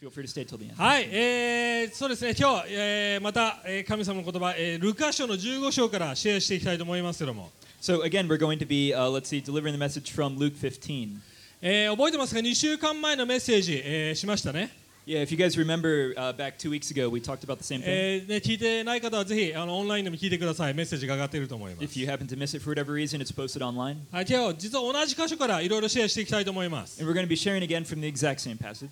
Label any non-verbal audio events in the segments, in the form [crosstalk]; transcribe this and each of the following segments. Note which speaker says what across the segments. Speaker 1: Feel free to stay till the end.
Speaker 2: はい、えー、そうですね、今日、えー、また、えー、神様の言葉、えー、ルカ書の15章からシェアしていきたいと思いますけども、
Speaker 1: So again, we're going to be, uh, let's see, delivering the message from Luke 15.
Speaker 2: えー、覚えてますか、2週間前のメッセージ、えー、しましたね,、
Speaker 1: Yeah, if you guys remember uh, back two weeks ago, we talked about the same thing.
Speaker 2: えー、ね聞いてない方はぜひあの、オンラインでも聞いてください、メッセージが上がっていると思います。
Speaker 1: If you happen to miss it for whatever reason, it's posted online.
Speaker 2: はい、今日、実は同じ箇所からいろいろシェアしていきたいと思います。
Speaker 1: And we're going to be sharing again from the exact same passage.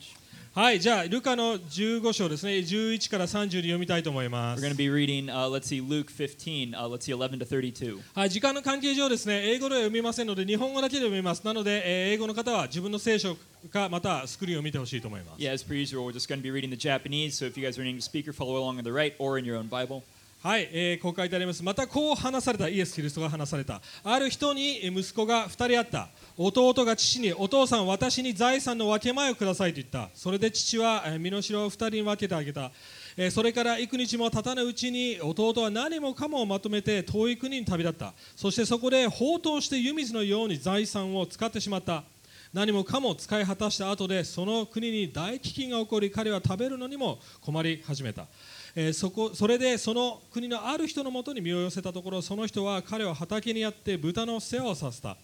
Speaker 2: はい、じゃあ、ルカの15章ですね、11から30に読みたいと思いま
Speaker 1: We're
Speaker 2: す
Speaker 1: going。to be reading, uh, let's see, Luke 15, uh, let's see, 11 to 32.
Speaker 2: はい、時間の関係上ですね、英語では読みませんので、日本語だけで読みます。なので、えー英語の方は自分の聖書か、またスクリーンを見てほしいと思います。
Speaker 1: Yeah, as per usual, we're just going to be reading the Japanese. So if you guys are an English speaker, follow along on the right or in your own Bible.
Speaker 2: はい、えーこう書いてあります。またこう話された、イエス・キリストが話された。ある人にえー息子が2人あった。弟が父に、お父さん、私に財産の分け前をくださいと言った。それで父は、えー身の代を2人に分けてあげた。えーそれから幾日も経たないうちに弟は何もかもをまとめて遠い国に旅立ったそしてそこで放蕩して湯水のように財産を使ってしまった何もかも使い果たした後でその国に大飢饉が起こり彼は食べるのにも困り始めた、えーそこそれでその国のある人のもとに身を寄せたところその人は彼を畑にやって豚の世話をさせた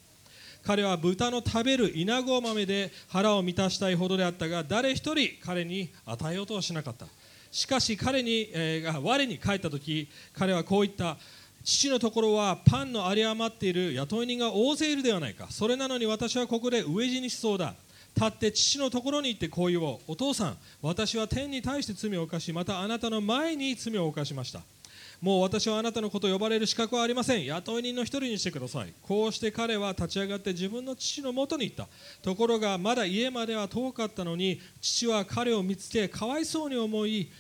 Speaker 2: 彼は豚の食べるイナゴ豆で腹を満たしたいほどであったが誰一人彼に与えようとはしなかったしかし彼に、えーが我に帰った時彼はこう言った父のところはパンの有り余っている雇い人が大勢いるではないかそれなのに私はここで飢え死にしそうだ立って父のところに行ってこう言おうお父さん私は天に対して罪を犯しまたあなたの前に罪を犯しましたもう私はあなたのことを呼ばれる資格はありません雇い人の一人にしてくださいこうして彼は立ち上がって自分の父のもとに行ったところがまだ家までは遠かったのに父は彼を見つけかわいそうに思い、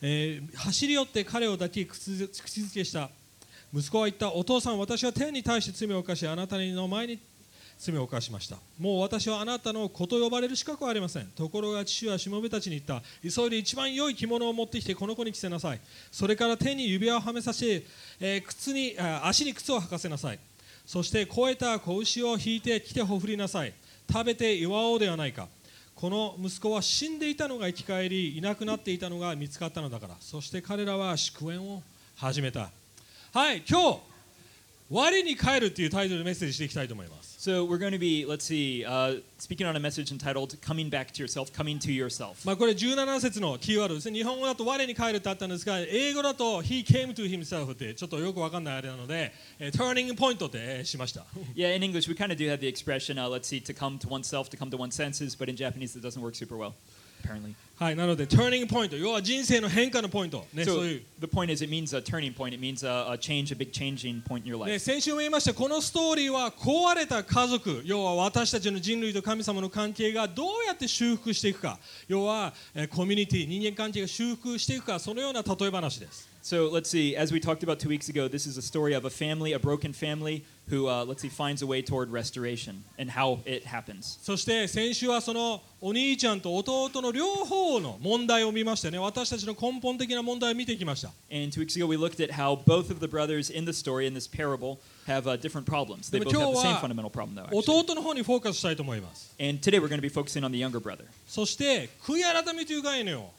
Speaker 2: えー走り寄って彼を抱き口づ口づけした息子は言ったお父さん私は天に対して罪を犯しあなたの前に罪を犯しましたもう私はあなたの子と呼ばれる資格はありませんところが父はしもべたちに言った急いで一番良い着物を持ってきてこの子に着せなさいそれから手に指輪をはめさせ、えー靴にあ足に靴を履かせなさいそして肥えた子牛を引いて来てほふりなさい食べて祝おうではないかこの息子は死んでいたのが生き返りいなくなっていたのが見つかったのだからそして彼らは祝宴を始めたはい今日「我に帰る」っていうタイトルでメッセージしていきたいと思います
Speaker 1: So we're going to be, let's see, uh, speaking on a message entitled Coming Back to Yourself, Coming to Yourself.
Speaker 2: まあこれ17節のキーワードですね日本語だと「我に帰る」ってあったんですが英語だと「He came to himself」ってちょっとよくわかんないあれなので「えー Turning Point」ってえーしました
Speaker 1: Yeah, in English, we kind of do have the expression, uh, let's see, to come to oneself, to come to one's senses, but in Japanese, that doesn't work super well, apparently.
Speaker 2: はいなので「Turning Point」要は人生の変化のポイントねそう
Speaker 1: So
Speaker 2: いう
Speaker 1: the point is, it means a turning point. It means a, a change, a big changing point in your
Speaker 2: ね、
Speaker 1: life.
Speaker 2: 先週も言いましたこのストーリーは壊れた家族要は私たちの人類と神様の関係がどうやって修復していくか要はえーコミュニティ人間関係が修復していくかそのような例え話です
Speaker 1: So let's see. As we talked about two weeks ago, this is a story of a family, a broken family, who uh, let's see finds a way toward restoration and how it happens.
Speaker 2: そして先週はそのお兄ちゃんと弟の両方の問題を見ましたね私たちの根本的な問題を見てきました
Speaker 1: And two weeks ago, we looked at how both of the brothers in the story in this parable have uh, different problems. They
Speaker 2: But
Speaker 1: both have the same
Speaker 2: today-
Speaker 1: fundamental problem, though. actually.
Speaker 2: 弟の方にフォーカスしたいと思います
Speaker 1: And today, we're going to be focusing on the younger brother.
Speaker 2: そして悔い改めという概念を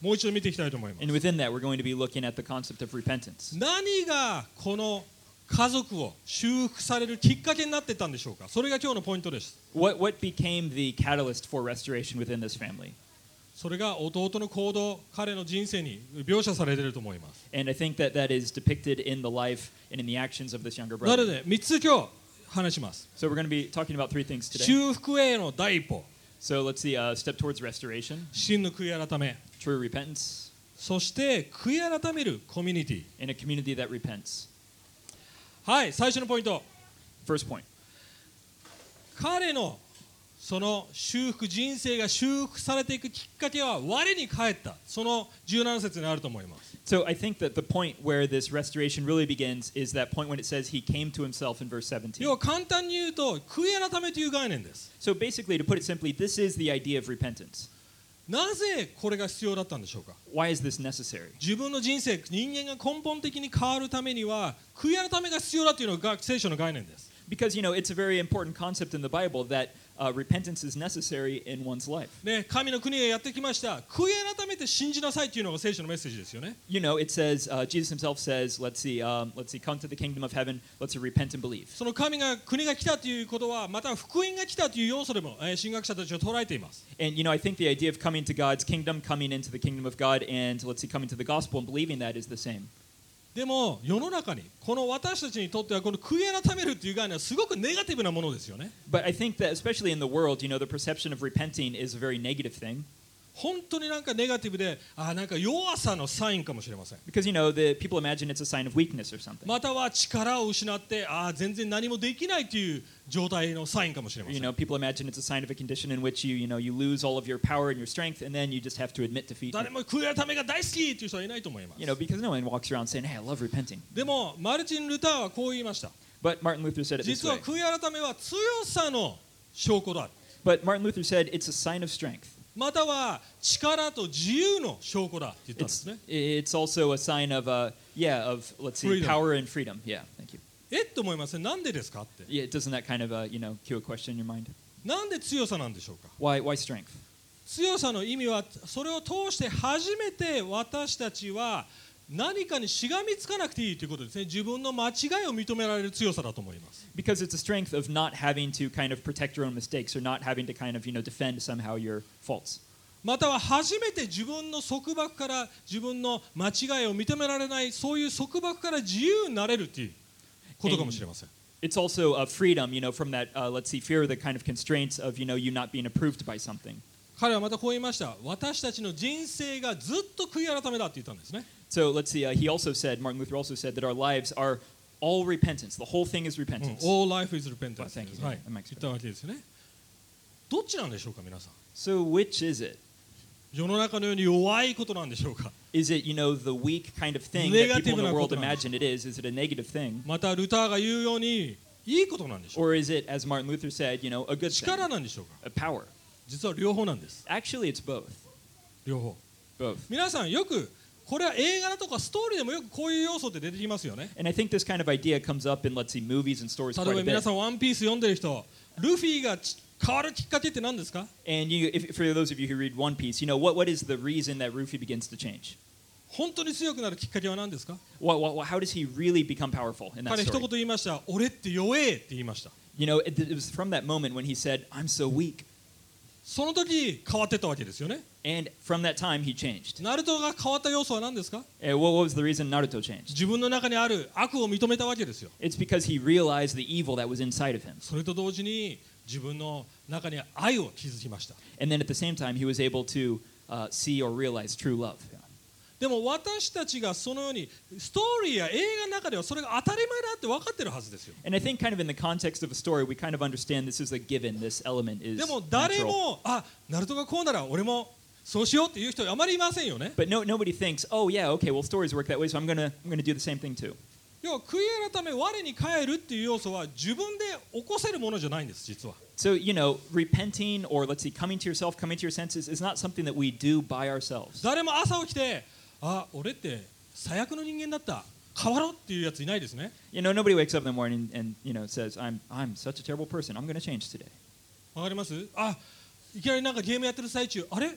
Speaker 2: もう一度見ていきたいと思います
Speaker 1: And within that, we're going to be looking at the concept of repentance.
Speaker 2: 何がこの家族を修復されるきっかけになってたんでしょうかそれが今日のポイントです
Speaker 1: What what became the catalyst for restoration within this family?
Speaker 2: それが弟の行動彼の人生に描写されていると思います
Speaker 1: And I think that that is depicted in the life and in the actions of this younger
Speaker 2: なの
Speaker 1: brother.
Speaker 2: で3つ今日話します
Speaker 1: So we're going to be talking about three things today.
Speaker 2: 修復への第一歩
Speaker 1: So let's see, uh, step towards restoration,
Speaker 2: 真の悔い改め
Speaker 1: true repentance,
Speaker 2: そして悔い改めるコミュニティ
Speaker 1: and a community that repents.
Speaker 2: はい最初のポイント
Speaker 1: First point.
Speaker 2: 彼のその修復人生が修復されていくきっかけは我に返ったその17節にあると思います
Speaker 1: So I think that the point where this restoration really begins is that point when it says he came to himself in verse 17.
Speaker 2: 要は簡単に言うと悔い改めという概念です
Speaker 1: So basically, to put it simply, this is the idea of repentance.
Speaker 2: なぜこれが必要だったんでしょうか
Speaker 1: Why is this necessary?
Speaker 2: 自分の人生人間が根本的に変わるためには悔い改めが必要だというのが聖書の概念です
Speaker 1: Because, you know, it's a very important concept in the Bible that uh, repentance is necessary in one's life.
Speaker 2: ね、神の国がやってきました悔い改めて信じなさいというのが聖書のメッセージですよね
Speaker 1: You know, it says uh, Jesus himself says, "Let's see, um, let's see, come to the kingdom of heaven. Let's see, repent and believe."
Speaker 2: その神が国が来たということはまた福音が来たという要素でも、えー神学者たちは捉えています
Speaker 1: And you know, I think the idea of coming to God's kingdom, coming into the kingdom of God, and let's see, coming to the gospel and believing that is the same.
Speaker 2: でも世の中にこの私たちにとってはこの悔い改めるという概念はすごくネガティブなものですよね
Speaker 1: But I think that, especially in the world, you know, the perception of repenting is a very negative thing
Speaker 2: 本当になんかネガティブであなんか弱さのサインかもしれません
Speaker 1: because you know the people imagine it's a sign of weakness or something.
Speaker 2: または力を失ってあー全然何もできないという状態のサインかもしれませ
Speaker 1: You
Speaker 2: ん
Speaker 1: know, people imagine it's a sign of a condition in which you, you know, you lose all of your power and your strength, and then you just have to admit defeat.
Speaker 2: 誰も悔い改めが大好きという人はいないと思います
Speaker 1: You know, because no one walks around saying, "Hey, I love repenting."
Speaker 2: でもマルチン・ルターはこう言いました
Speaker 1: But Martin Luther said it this
Speaker 2: 実は
Speaker 1: way.
Speaker 2: 悔い改めは強さの証拠だ
Speaker 1: But Martin Luther said it's a sign of strength.
Speaker 2: または力と自由の証拠だって言ったんです
Speaker 1: It's
Speaker 2: ね
Speaker 1: it's also a sign of uh yeah of let's see
Speaker 2: Freedom.
Speaker 1: power and freedom. Yeah, thank you.
Speaker 2: えっと思いませんなんでですかって
Speaker 1: Yeah, doesn't that kind of uh, you know cue a question in your mind?
Speaker 2: なんで強さなんでしょうか
Speaker 1: Why why strength?
Speaker 2: 強さの意味はそれを通して初めて私たちは何かにしがみつかなくていいということですね自分の間違いを認められる強さだと思います
Speaker 1: Because it's a strength of not having to kind of protect your own mistakes or not having to kind of you know defend somehow your faults.
Speaker 2: または初めて自分の束縛から自分の間違いを認められないそういう束縛から自由になれるということかもしれません
Speaker 1: It's also a freedom, you know, from that uh, let's see fear, the kind of constraints of you know you not being approved by something.
Speaker 2: 彼はまたこう言いました私たちの人生がずっと悔い改めだって言ったんですね
Speaker 1: So let's see. Uh, he also said Martin Luther also said that our lives are all repentance. The whole thing is
Speaker 2: うん
Speaker 1: repentance.
Speaker 2: All life is repentance
Speaker 1: あ thank you.
Speaker 2: はい
Speaker 1: I'm
Speaker 2: 言
Speaker 1: expert.
Speaker 2: ったわけですよねどっちなんでしょうか皆さん
Speaker 1: So which is it?
Speaker 2: 世の中のように弱いことなんでしょうか
Speaker 1: Is it you know the weak kind of thing that people in the
Speaker 2: Negativeなことなんです。
Speaker 1: world imagine it is? Is it a negative thing,
Speaker 2: またルターが言うようにいいことなんでしょう
Speaker 1: or is it as Martin Luther said, you know, a good
Speaker 2: か
Speaker 1: thing,
Speaker 2: 力なんでしょうか
Speaker 1: a power?
Speaker 2: 実は両方なんです
Speaker 1: Actually, it's both.
Speaker 2: 両方
Speaker 1: Both.
Speaker 2: 皆さんよくこれは映画だとかストーリーでもよくこういう要素って出てきますよね
Speaker 1: And I think this kind of idea comes up in let's see movies and stories
Speaker 2: 例
Speaker 1: quite
Speaker 2: えば
Speaker 1: a
Speaker 2: 皆
Speaker 1: bit.
Speaker 2: さん「ワンピース読んでる人ルフィがち変わるきっかけって何ですか
Speaker 1: And you, if, for those of you who read One Piece, you know what, what is the reason that Ruffy begins to change?
Speaker 2: 本当に強くなるきっかけは何ですか
Speaker 1: What, what, what- how does he really become powerful in that
Speaker 2: 彼一
Speaker 1: story?
Speaker 2: 言言いました「俺って弱え」って言いました
Speaker 1: You know, it, it was from that moment when he said, "I'm so weak,"
Speaker 2: その時変わってったわけですよね
Speaker 1: and from that time he changed.
Speaker 2: ナルトが変わった要素は何ですか
Speaker 1: And what, what was the reason Naruto changed?
Speaker 2: 自分の中にある悪を認めたわけですよ
Speaker 1: It's because he realized the evil that was inside of him,
Speaker 2: それと同時に自分の中に愛を築きました
Speaker 1: and then at the same time he was able to uh, see or realize true love.
Speaker 2: でも私たちがそのようにストーリーや映画の中ではそれが当たり前だって分かってるはずですよ
Speaker 1: And I think, kind of in the context of a story, we kind of understand this is a given. This element is
Speaker 2: でも誰
Speaker 1: natural.
Speaker 2: もあナルトがこうなら俺もそうしようっていう人あまりいませんよね
Speaker 1: But no, nobody thinks, "Oh yeah, okay, well stories work that way, so I'm gonna I'm gonna do the same thing too."
Speaker 2: 要は悔い改め我に返るっていう要素は自分で起こせるものじゃないんです実は
Speaker 1: So, you know, repenting or let's see, coming to yourself, coming to your senses is not something that we do by ourselves.
Speaker 2: 誰も朝起きてあ俺って最悪の人間だった変わろうっていうやついないですね
Speaker 1: You know, nobody wakes up in the morning and, you know, says, I'm, I'm such a terrible person. I'm going to change today.
Speaker 2: わかりますあいきなりなんかゲームやってる最中あれ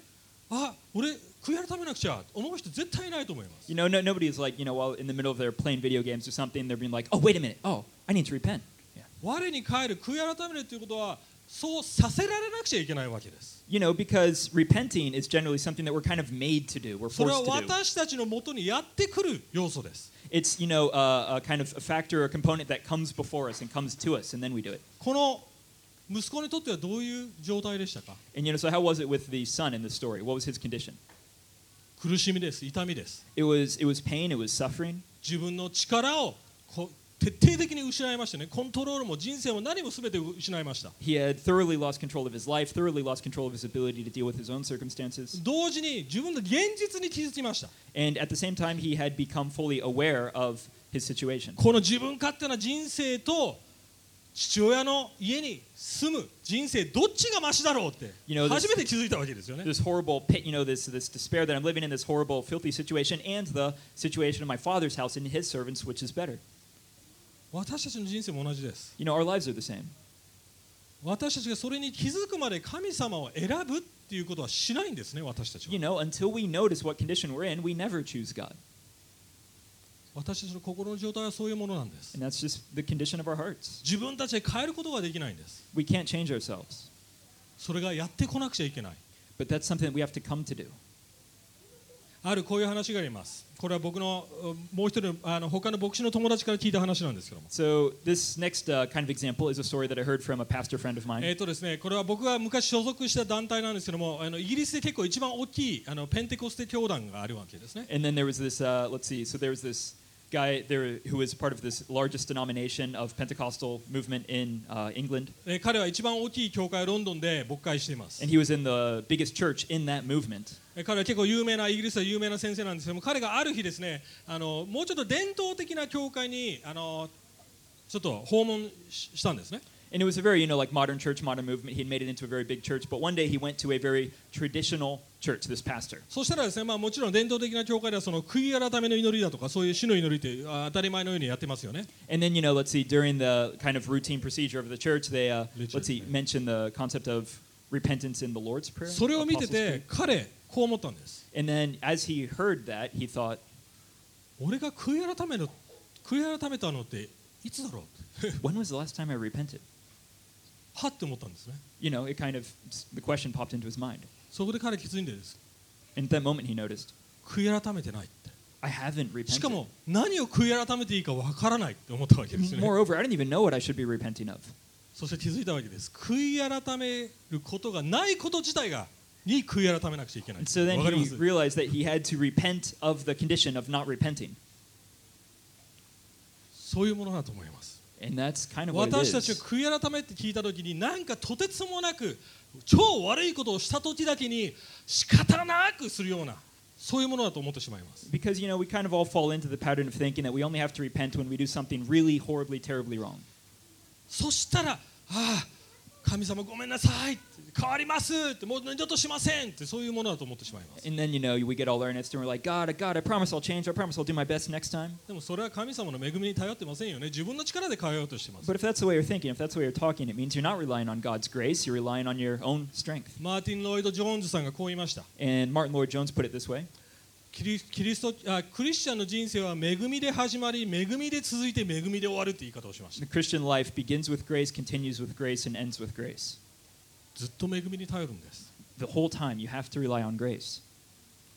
Speaker 2: あ俺悔い改めなくちゃ思う人絶対いないと思います
Speaker 1: You know, no, nobody is like, you know, while in the middle of their playing video games or something, they're being like, oh, wait a minute. Oh, I need to repent. Yeah.
Speaker 2: 我に返る悔い改めるということはそうさせられなくちゃいけないわけです
Speaker 1: You know, because repenting is generally something that we're kind of made to do. We're
Speaker 2: それは
Speaker 1: forced to do.
Speaker 2: 私たちのもとにやってくる要素です
Speaker 1: It's, you know, uh, a kind of a factor or component that comes before us and comes to us, and then we do it.
Speaker 2: この息子にとってはどういう状態でしたか
Speaker 1: And, you know, so how was it with the son in the story? What was his condition?
Speaker 2: 苦しみです痛みです
Speaker 1: It was, it was pain, it was suffering.
Speaker 2: 自分の力をこう徹底的に失いましたねコントロールも人生も何も全て失いました
Speaker 1: He had thoroughly lost control of his life, thoroughly lost control of his ability to deal with his own circumstances,
Speaker 2: 同時に自分の現実に気づきました
Speaker 1: and at the same time, he had become fully aware of his situation.
Speaker 2: この自分勝手な人生と父親の家に住む人生どっちがマシだろうって
Speaker 1: You know, this-
Speaker 2: 初めて気づいたわけですよね
Speaker 1: This horrible pit, you know, this, this despair that I'm living in, this horrible, filthy situation, and the situation of my father's house and his servants, which is better.
Speaker 2: 私たちの人生も同じです
Speaker 1: You know, our lives are the same.
Speaker 2: 私たちがそれに気づくまで神様を選ぶっていうことはしないんですね私たち
Speaker 1: You know,
Speaker 2: は
Speaker 1: until we notice what condition we're in, we never choose God.
Speaker 2: 私たちの心の状態はそういうものなんです
Speaker 1: And that's just the condition of our hearts.
Speaker 2: 自分たちで変えることができないんです
Speaker 1: We can't change ourselves.
Speaker 2: それがやってこなくちゃいけない
Speaker 1: But that's something that we have to come to do.
Speaker 2: あるこういう話がありますこれは僕のうんもう一人のあの他の牧師の友達から聞いた話なんですけども
Speaker 1: So, this next uh, kind of example is a story that I heard from a pastor friend of
Speaker 2: え
Speaker 1: mine.
Speaker 2: ーとですね、これは僕が昔所属した団体なんですけどもあのイギリスで結構一番大きいあのペンテコステ教団があるわけですね
Speaker 1: And then there was this, uh, let's see, so there was this guy there who was part of this largest denomination of Pentecostal movement in uh, England.
Speaker 2: えー彼は一番大きい教会をロンドンで牧会しています
Speaker 1: And he was in the biggest church in that movement.
Speaker 2: えー彼は結構有名なイギリスでは有名な先生なんですけども彼がある日ですねあのもうちょっと伝統的な教会にあのちょっと訪問ししたんですね
Speaker 1: And it was a very, you know, like modern church, modern movement. He had made it into a very big church. But one day he went to a very traditional church, this pastor.
Speaker 2: そしたらですね、まあ、もちろん伝統的な教会ではその悔い改めの祈りだとかそういう死の祈りってあ当たり前のようにやってますよね
Speaker 1: And then, you know, let's see, during the kind of routine procedure of the church, they, uh,
Speaker 2: Legit,
Speaker 1: let's see,
Speaker 2: yeah.
Speaker 1: mentioned the concept of repentance in the Lord's Prayer.
Speaker 2: それを見て
Speaker 1: Apostles' Creed.
Speaker 2: て彼こう思ったんです
Speaker 1: And then as he heard that, he thought,
Speaker 2: 俺が悔い改めの悔い改めたのっていつだろう [laughs]
Speaker 1: when was the last time I repented?
Speaker 2: はって思ったんですね
Speaker 1: You know, it kind of, the question popped into his mind.
Speaker 2: そこで彼気づいてです
Speaker 1: And at that moment, he noticed,
Speaker 2: 悔い改めてないって
Speaker 1: I haven't
Speaker 2: し
Speaker 1: repented.
Speaker 2: かも何を悔い改めていいかわからないって思ったわけですよ
Speaker 1: [laughs]
Speaker 2: ね
Speaker 1: Moreover, I don't even know what I should be repenting of.
Speaker 2: そして気づいたわけです悔い改めることがないこと自体がに悔い改めなくちゃいけない
Speaker 1: And so then
Speaker 2: わかりま
Speaker 1: he
Speaker 2: す
Speaker 1: realized that he had to repent of the condition of not repenting.
Speaker 2: そういうものだと思います
Speaker 1: And that's kind of what it
Speaker 2: 私たちが
Speaker 1: is.
Speaker 2: 悔い改めって聞いた時に何かとてつもなく超悪いことをした時だけに仕方なくするようなそういうものだと思ってしまいます
Speaker 1: Because, you know, we kind of all fall into the pattern of thinking that we only have to repent when we do something really horribly, terribly wrong.
Speaker 2: そしたら、ああ、神様ごめんなさい、変わりますって、もう二度としませんって、そういうものだと思ってしまいます。
Speaker 1: And then, you know, we get all earnest and we're like, God, God, I promise I'll change. I promise I'll do my best next time.
Speaker 2: でもそれは神様の恵みに頼ってませんよね。自分の力で変えようとしてます
Speaker 1: But。if that's the way you're thinking, if that's the way you're talking, it means you're not relying on God's grace, you're relying on your own strength.
Speaker 2: マーティン・ロイド・ジョーンズさんがこう言いました。
Speaker 1: And Martin Lloyd Jones put it this way
Speaker 2: キリキリストあクリスチャンの人生は恵みで始まり、恵みで続いて、恵みで終わるって言い方をしました。
Speaker 1: The Christian life begins with grace, continues with grace, and ends with grace.
Speaker 2: ずっと恵みに頼るんです。
Speaker 1: The whole time, you have to rely on grace.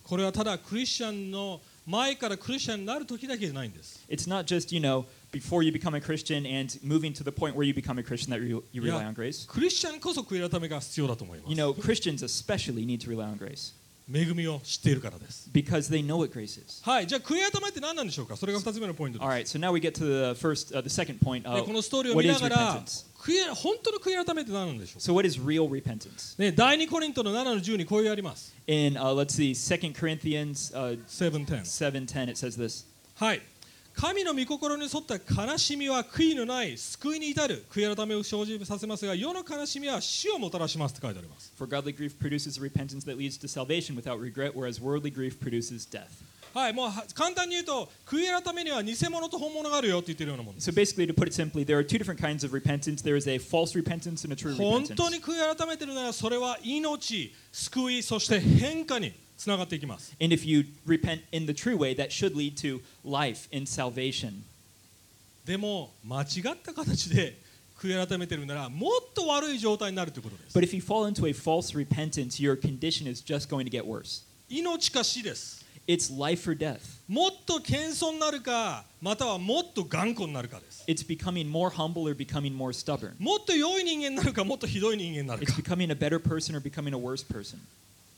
Speaker 2: これはただクリスチャンの前からクリスチャンになる時だけじゃないんです。
Speaker 1: It's not just, you know, before you become a Christian and moving to the point where you become a Christian that you, you rely
Speaker 2: Yeah.
Speaker 1: on grace.
Speaker 2: クリスチャンこそ悔い改めが必要だと思います。
Speaker 1: You know, Christians especially need to rely on grace
Speaker 2: 恵みを知っているからです。
Speaker 1: because they know what grace is.
Speaker 2: はい、じゃあ悔い改めって何なんでしょうかそれが2つ目のポイントで
Speaker 1: All
Speaker 2: す、
Speaker 1: right, so now we get to the first, uh, the second point
Speaker 2: で
Speaker 1: of
Speaker 2: このストーリーを
Speaker 1: what
Speaker 2: 見な
Speaker 1: is
Speaker 2: がら
Speaker 1: repentance.
Speaker 2: 悔い本当の悔い改めって何なんでしょう
Speaker 1: So
Speaker 2: か、
Speaker 1: what is real repentance?
Speaker 2: ね、第2コリントの7の10にこういうあります。
Speaker 1: In uh, let's see, 2 Corinthians uh,
Speaker 2: 7:10
Speaker 1: seven ten, it says this.
Speaker 2: はい神の御心に沿った悲しみは悔いのない救いに至る悔い改めを生じさせますが世の悲しみは死をもたらしますって書いてあります
Speaker 1: For godly grief produces a repentance that leads to salvation without regret, whereas worldly grief produces death.
Speaker 2: はいもうは簡単に言うと悔い改めには偽物と本物があるよって言ってるようなもんです
Speaker 1: So basically, to put it simply, there are two different kinds of repentance. There is a false repentance and a true
Speaker 2: 本当
Speaker 1: repentance.
Speaker 2: に悔い改めてるならそれは命救いそして変化につながっていきます
Speaker 1: And if you repent in the true way, that should lead to life and salvation.
Speaker 2: でも間違った形で悔い改めてるならもっと悪い状態になるということです
Speaker 1: But if you fall into a false repentance, your condition is just going to get worse.
Speaker 2: 命か死です
Speaker 1: It's life or death.
Speaker 2: もっと謙遜になるかまたはもっと頑固になるかです
Speaker 1: It's becoming more humble or becoming more stubborn.
Speaker 2: もっと良い人間になるかもっとひどい人間になる
Speaker 1: It's
Speaker 2: か
Speaker 1: becoming a better person or becoming a worse person.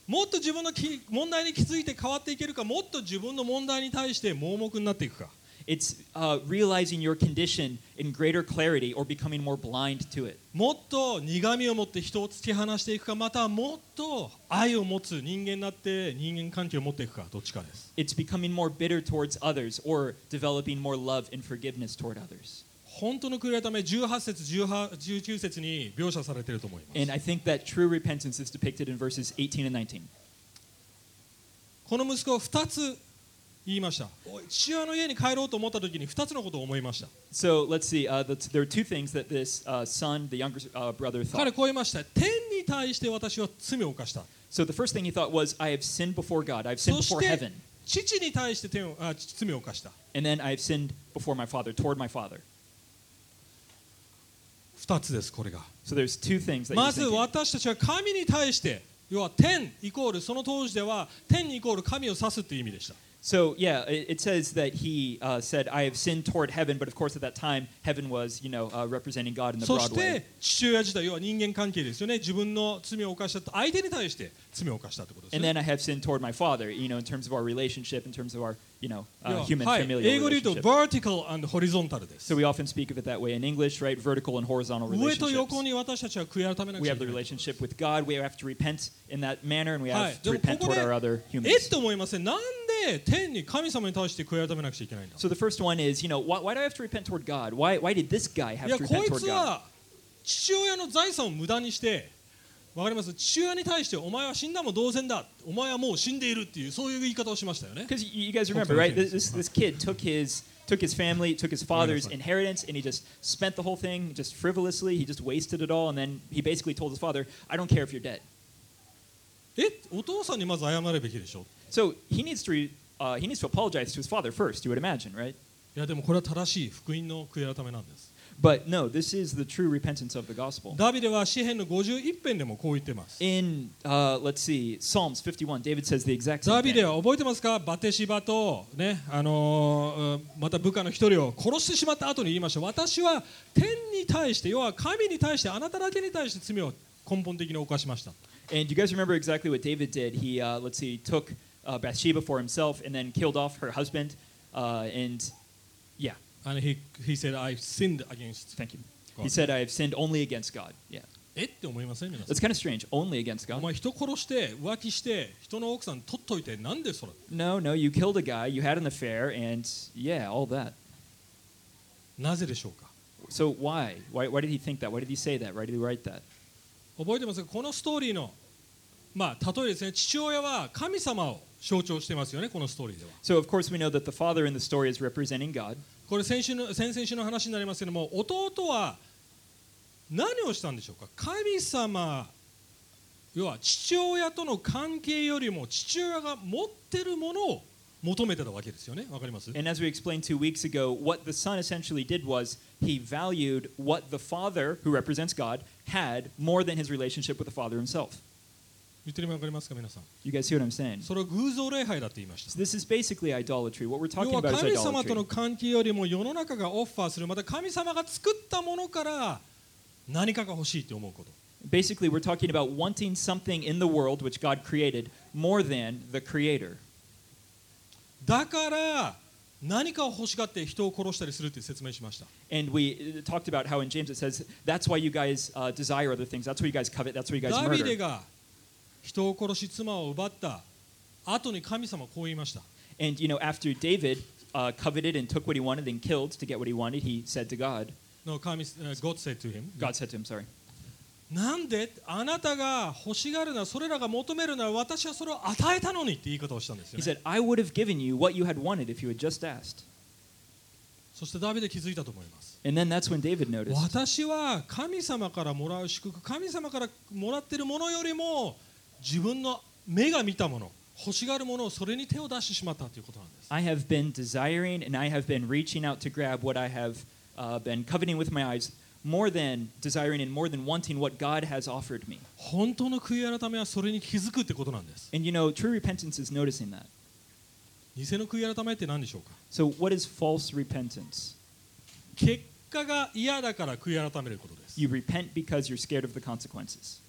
Speaker 2: もっと自分のき問題に気づいて変わっていけるかもっと自分の問題に対して盲目になっていくか
Speaker 1: It's uh, realizing your condition in greater clarity or becoming more blind to it.
Speaker 2: もっと苦みを持って人を突き放していくかまたはもっと愛を持つ人間になって人間関係を持っていくかどっちかです
Speaker 1: It's becoming more bitter towards others or developing more love and forgiveness toward others.
Speaker 2: 本当の悔い改め18節18 19節に描写されていると思います
Speaker 1: And I think that true repentance is depicted in verses 18 and 19.
Speaker 2: この息子は2つ言いましたお父親の家に帰ろうと思った時に2つのことを思いました
Speaker 1: So let's see. Uh, the, there are two things that this uh, son, the younger uh, brother,
Speaker 2: 彼
Speaker 1: thought.
Speaker 2: こう言いました天に対して私は罪を犯した
Speaker 1: So the first thing he thought was, I have sinned before God. I've sinned
Speaker 2: そ
Speaker 1: before
Speaker 2: して
Speaker 1: heaven.
Speaker 2: 父に対して天をあ罪を犯した
Speaker 1: And then I have sinned before my father, toward my father.
Speaker 2: 2つですこれが
Speaker 1: So there's two things that he
Speaker 2: ま
Speaker 1: was
Speaker 2: ず
Speaker 1: thinking.
Speaker 2: 私たちは神に対して要は天イコールその当時では天イコール神を指すという意味でした
Speaker 1: So yeah, it, it says that he uh, said, "I have sinned toward heaven," but of course at that time, heaven was you know uh, representing God in the
Speaker 2: そ
Speaker 1: broad
Speaker 2: し
Speaker 1: way.
Speaker 2: て父親自体要は人間関係ですよね自分の罪を犯したと相手に対して罪を犯したってことです
Speaker 1: And
Speaker 2: ね
Speaker 1: then I have sinned toward my father, you know, in terms of our relationship, in terms of our you know
Speaker 2: 要
Speaker 1: uh,
Speaker 2: は
Speaker 1: human
Speaker 2: はい、
Speaker 1: familial
Speaker 2: 英語で言うと
Speaker 1: relationship.
Speaker 2: vertical and horizontal です
Speaker 1: So we often speak of it that way in English, right? Vertical and horizontal
Speaker 2: 上と横
Speaker 1: relationships.
Speaker 2: に私たちは悔い改めなく
Speaker 1: We
Speaker 2: ちゃ
Speaker 1: have
Speaker 2: いけ
Speaker 1: the
Speaker 2: ない
Speaker 1: relationship with God. We have to repent in that manner, and we
Speaker 2: はい
Speaker 1: have、to
Speaker 2: でもこ
Speaker 1: repent
Speaker 2: こ
Speaker 1: toward
Speaker 2: で
Speaker 1: our other
Speaker 2: えっ
Speaker 1: humans.
Speaker 2: と思いませんなんで天に神様に対して悔い改めなくちゃいけないんだ
Speaker 1: So the first one is, you know, why, why do I have to repent toward God? Why, why did this guy have to
Speaker 2: いやこ
Speaker 1: repent
Speaker 2: い
Speaker 1: toward
Speaker 2: つ
Speaker 1: God?
Speaker 2: は父親の財産を無駄にしてわかります父親に対してお前は死んだも同然だお前はもう死んでいるっていうそういう言い方をしましたよね
Speaker 1: Because you guys remember, right? This, this, this kid took his took his family, took his father's inheritance, and he just spent the whole thing just frivolously. He just wasted it all, and then he basically told his father, "I don't care if you're dead."
Speaker 2: えお父さんにまず謝るべきでしょ
Speaker 1: So he needs to re, uh, he needs to apologize to his father first. You would imagine, right?
Speaker 2: いやでもこれは正しい福音の悔い改めなんです
Speaker 1: But no, this is the true repentance of the gospel.
Speaker 2: ダビデは詩篇の51編でもこう言ってます
Speaker 1: In uh, let's see, Psalms 51, David says the exact
Speaker 2: ダ
Speaker 1: same
Speaker 2: ビデ
Speaker 1: thing.
Speaker 2: は覚えてますかバテシバと、ねあのーうんまた部下の一人を殺してしまった後に言いました私は天に対して要は神に対してあなただけに対して罪を根本的に犯しました
Speaker 1: And you guys remember exactly what David did? He uh, let's see, took uh, Bathsheba for himself, and then killed off her husband. Uh, and yeah.
Speaker 2: And he, he said, I sinned against
Speaker 1: Thank you. He
Speaker 2: God.
Speaker 1: said, I have sinned only against God. Yeah.
Speaker 2: えって思いません皆さん
Speaker 1: That's kind of strange. Only against
Speaker 2: お
Speaker 1: God?
Speaker 2: 前人殺して浮気して人の奥さん取っといてなんでそれ
Speaker 1: No, no. You killed a guy, you had an affair, and yeah, all that.
Speaker 2: なぜでしょうか
Speaker 1: So why? Why, why did he think that? Why did he say that? Why did he write that?
Speaker 2: 覚えてますかこのストーリーのまあ例えですね父親は神様を象徴してますよねこのストーリーでは
Speaker 1: So, of course, we know that the father in the story is representing God.
Speaker 2: これ先週の先々週の話になりますけども弟は何をしたんでしょうか神様要は父親との関係よりも父親が持ってるものを求めてたわけですよねわかります
Speaker 1: And as we explained two weeks ago, what the son essentially did was he valued what the father, who represents God, had more than his relationship with the father himself.
Speaker 2: 言ってる意味わかりますか皆さん
Speaker 1: You guys see what I'm saying?
Speaker 2: それを偶像礼拝だって言いまし
Speaker 1: So, this is basically idolatry. What we're
Speaker 2: た要
Speaker 1: talking
Speaker 2: は
Speaker 1: about is
Speaker 2: 神様
Speaker 1: idolatry.
Speaker 2: との関係よりも世の中がオファーするまた神様が作ったものから何かが欲しいと思うこと
Speaker 1: Basically, we're talking about wanting something in the world which God created more than the Creator.
Speaker 2: だから何かを欲しがって人を殺したりするって説明しました
Speaker 1: And we uh, talked about how in James it says, that's why you guys uh, desire other things. That's why you guys covet. That's why you guys
Speaker 2: ダビデ
Speaker 1: murder.
Speaker 2: が人を殺し妻を奪った後に神様はこう言いました
Speaker 1: And, you know, after David uh, coveted and took what he wanted and killed to get what he wanted, he said to God,
Speaker 2: No, 神 uh, God said to him
Speaker 1: God said to him, sorry.
Speaker 2: なんであなたが欲しがるなそれらが求めるなら私はそれを与えたのにって言い方をしたんですよ
Speaker 1: He
Speaker 2: ね
Speaker 1: said, I would have given you what you had wanted if you had just asked.
Speaker 2: そしてダビデ気づいたと思います
Speaker 1: And then that's when David noticed.
Speaker 2: 私は神様からもらう祝福神様からもらってるものよりも自分の目が見たもの欲しがるものをそれに手を出してしまったということなんです
Speaker 1: I have been desiring and I have been reaching out to grab what I have uh, been coveting with my eyes more than desiring and more than wanting what God has offered me.
Speaker 2: 本当の悔い改めはそれに気づくってことなんです
Speaker 1: And you know, true repentance is noticing that.
Speaker 2: 偽の悔い改めって何でしょうか
Speaker 1: So, what is false repentance?
Speaker 2: 結果が嫌だから悔い改めることです
Speaker 1: You repent because you're scared of the consequences.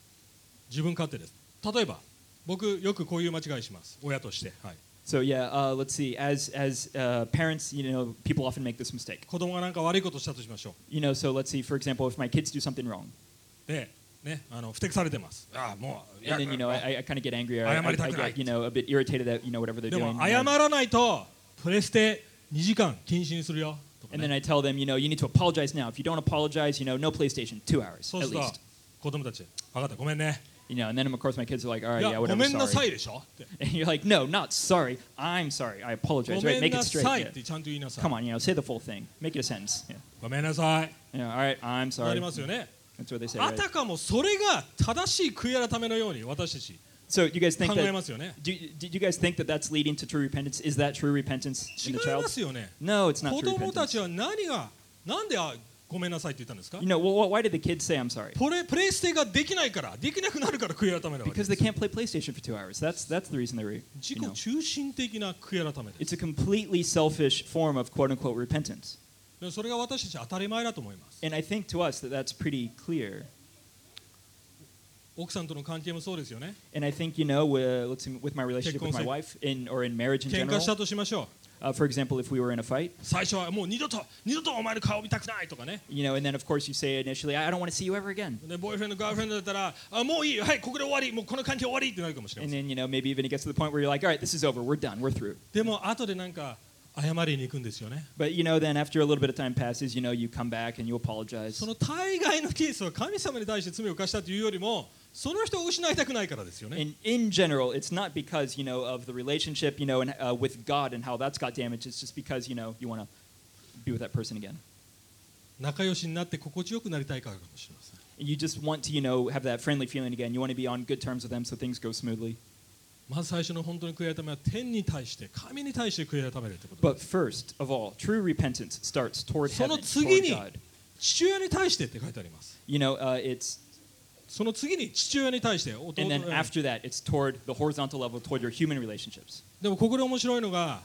Speaker 2: 自分勝手です例えば僕よくこういう間違いします親として、はい、
Speaker 1: So, yeah, uh, let's see. As as uh, parents, you know, people often make this mistake.
Speaker 2: 子供がなんか悪いことしたとしましょう
Speaker 1: You know, so let's see. For example, if my kids do something wrong,
Speaker 2: でねあの不適されてますああもういや
Speaker 1: and then you know, I, I kind of get angry. Or I, I, I get you know a bit irritated at you know whatever they're
Speaker 2: で
Speaker 1: doing.
Speaker 2: も
Speaker 1: you
Speaker 2: 謝
Speaker 1: know.
Speaker 2: らないとプレステ2時間禁止にするよとか、
Speaker 1: And then
Speaker 2: ね、
Speaker 1: I tell them, you know, you need to apologize now. If you don't apologize, you know, no PlayStation, two hours
Speaker 2: そう
Speaker 1: at
Speaker 2: すると
Speaker 1: least.
Speaker 2: 子供たち分かったごめんね
Speaker 1: you know, and then of course my kids are like, all right,
Speaker 2: い
Speaker 1: yeah,
Speaker 2: や、ごめ
Speaker 1: whatever,
Speaker 2: んなさ
Speaker 1: sorry.
Speaker 2: いでしょって。
Speaker 1: And [laughs] you're like, no, not sorry. I'm sorry. I
Speaker 2: ご
Speaker 1: apologize.
Speaker 2: め
Speaker 1: Right?
Speaker 2: ん
Speaker 1: Make
Speaker 2: な
Speaker 1: it
Speaker 2: さい
Speaker 1: straight.
Speaker 2: っ
Speaker 1: Yeah.
Speaker 2: てちゃんと言いなさい
Speaker 1: Come。on, you know, say the full thing. Make it a sentence. Yeah.
Speaker 2: ごめんなさい。
Speaker 1: yeah all right. I'm
Speaker 2: な
Speaker 1: sorry.
Speaker 2: りますよね。
Speaker 1: That's what they say.
Speaker 2: あ
Speaker 1: Right?
Speaker 2: たかもそれが正しい悔い改めのように私たち
Speaker 1: So you guys
Speaker 2: 考
Speaker 1: think
Speaker 2: え
Speaker 1: that?
Speaker 2: ますよね。
Speaker 1: Do, do you guys think that that's leading to true repentance? Is that true repentance
Speaker 2: 違
Speaker 1: in
Speaker 2: い
Speaker 1: the
Speaker 2: ま
Speaker 1: child?
Speaker 2: すよね。
Speaker 1: No, it's not
Speaker 2: 子
Speaker 1: true
Speaker 2: 供た
Speaker 1: repentance.
Speaker 2: ちは何が、なんであごめんなさいって言ったんですか
Speaker 1: You know, well, why did the kids say I'm sorry?
Speaker 2: プレプレイステができないから、できなくなるから悔い改めだわけ
Speaker 1: Because they can't play PlayStation for two hours. That's that's the reason they were.
Speaker 2: 自
Speaker 1: You
Speaker 2: 己
Speaker 1: know.
Speaker 2: 中心的な悔い改めで
Speaker 1: It's a completely selfish form of quote unquote repentance.
Speaker 2: でもそれが私たち当たり前だと思います
Speaker 1: And I think to us that that's pretty clear.
Speaker 2: 奥さんとの関係もそうですよね
Speaker 1: And I think you know, with, let's see, with my relationship with my
Speaker 2: 結婚生-
Speaker 1: wife, in or in marriage in
Speaker 2: 喧嘩
Speaker 1: general.
Speaker 2: したとしましょう
Speaker 1: Uh, for example, if we were in a fight,
Speaker 2: 最初はもう二度と二度とお前の顔見たくないとかね
Speaker 1: you know, and then of course you say initially, I I don't want to see you ever again.
Speaker 2: でボーイフレンドガールフレンドだったらあもういいはいここで終わりもうこの関係終わりってなるかもしれま
Speaker 1: And
Speaker 2: せん
Speaker 1: then you know, maybe even it gets to the point where you're like, all right, this is over, we're done, we're through.
Speaker 2: でも後でなんか謝りに行くんですよね
Speaker 1: But you know, then after a little bit of time passes, you know, you come back and you apologize.
Speaker 2: その大概のケースは神様に対して罪を犯したというよりもその人を失いたくないからですよね
Speaker 1: And in general, it's not because you know of the relationship, you know, and uh, with God and how that's got damaged. It's just because you know you want to be with that person again.
Speaker 2: 仲良しになって心地よくなりたいからかもしれません
Speaker 1: And you just want to, you know, have that friendly feeling again. You want to be on good terms with them so things go smoothly.
Speaker 2: まず最初の本当に悔い改めは天に対して神に対して悔い改めるってこと
Speaker 1: But first of all, true repentance starts toward
Speaker 2: その
Speaker 1: heaven,
Speaker 2: 次に。
Speaker 1: toward God.
Speaker 2: 父親に対してって書いてあります
Speaker 1: You know, uh, it's
Speaker 2: その次に父親に対して弟
Speaker 1: and then
Speaker 2: うん
Speaker 1: after that, it's toward the horizontal level, toward your human relationships.
Speaker 2: でもここで面白いのが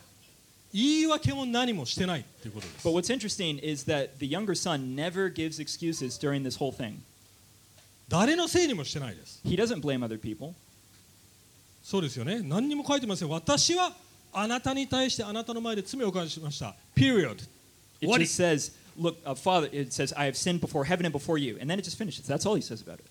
Speaker 2: 言い訳も何もしてないっていうことです
Speaker 1: But what's interesting is that the younger son never gives excuses during this whole thing.
Speaker 2: 誰のせいにもしてないです
Speaker 1: He doesn't blame other people.
Speaker 2: そうですよね何にも書いてません私はあなたに対してあなたの前で罪を犯しました period
Speaker 1: It
Speaker 2: What
Speaker 1: just says, "Look, uh, Father," it says, "I have sinned before heaven and before you," and then it just finishes. That's all he says about it.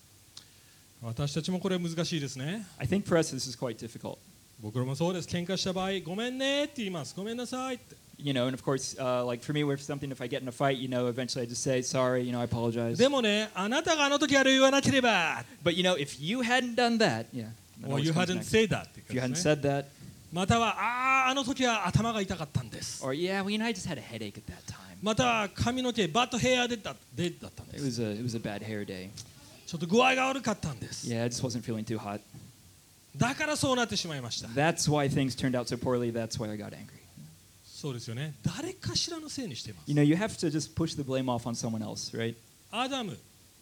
Speaker 2: 私たちもこれ難しいですね
Speaker 1: I think for us, this is quite difficult.
Speaker 2: 僕らもそうです喧嘩した場合ごめんねって言いますごめんなさいって
Speaker 1: You know, and of course, uh, like for me, with something, if I get in a fight, you know, eventually I just say, "Sorry," you know, I apologize.
Speaker 2: でもねあなたがあの時あれを言わなければ
Speaker 1: But you know, if you hadn't done that, yeah, that
Speaker 2: or
Speaker 1: always
Speaker 2: you
Speaker 1: comes
Speaker 2: hadn't
Speaker 1: next.
Speaker 2: said that っていう
Speaker 1: if you
Speaker 2: 感
Speaker 1: hadn't
Speaker 2: じですね
Speaker 1: said that,
Speaker 2: またはあああの時は頭が痛かったんです
Speaker 1: or yeah, well, you know, I just had a headache at that time.
Speaker 2: または髪の毛バッドヘアでだでだったんで
Speaker 1: It
Speaker 2: す
Speaker 1: was a it was a bad hair day.
Speaker 2: ちょっと具合が悪かったんです、
Speaker 1: Yeah, I just wasn't feeling too hot.
Speaker 2: だからそうなってしまいました
Speaker 1: That's why things turned out so poorly. That's why I got angry.
Speaker 2: そうですよね誰かしらのせいにしています
Speaker 1: You know, you have to just push the blame off on someone else, right?
Speaker 2: アダム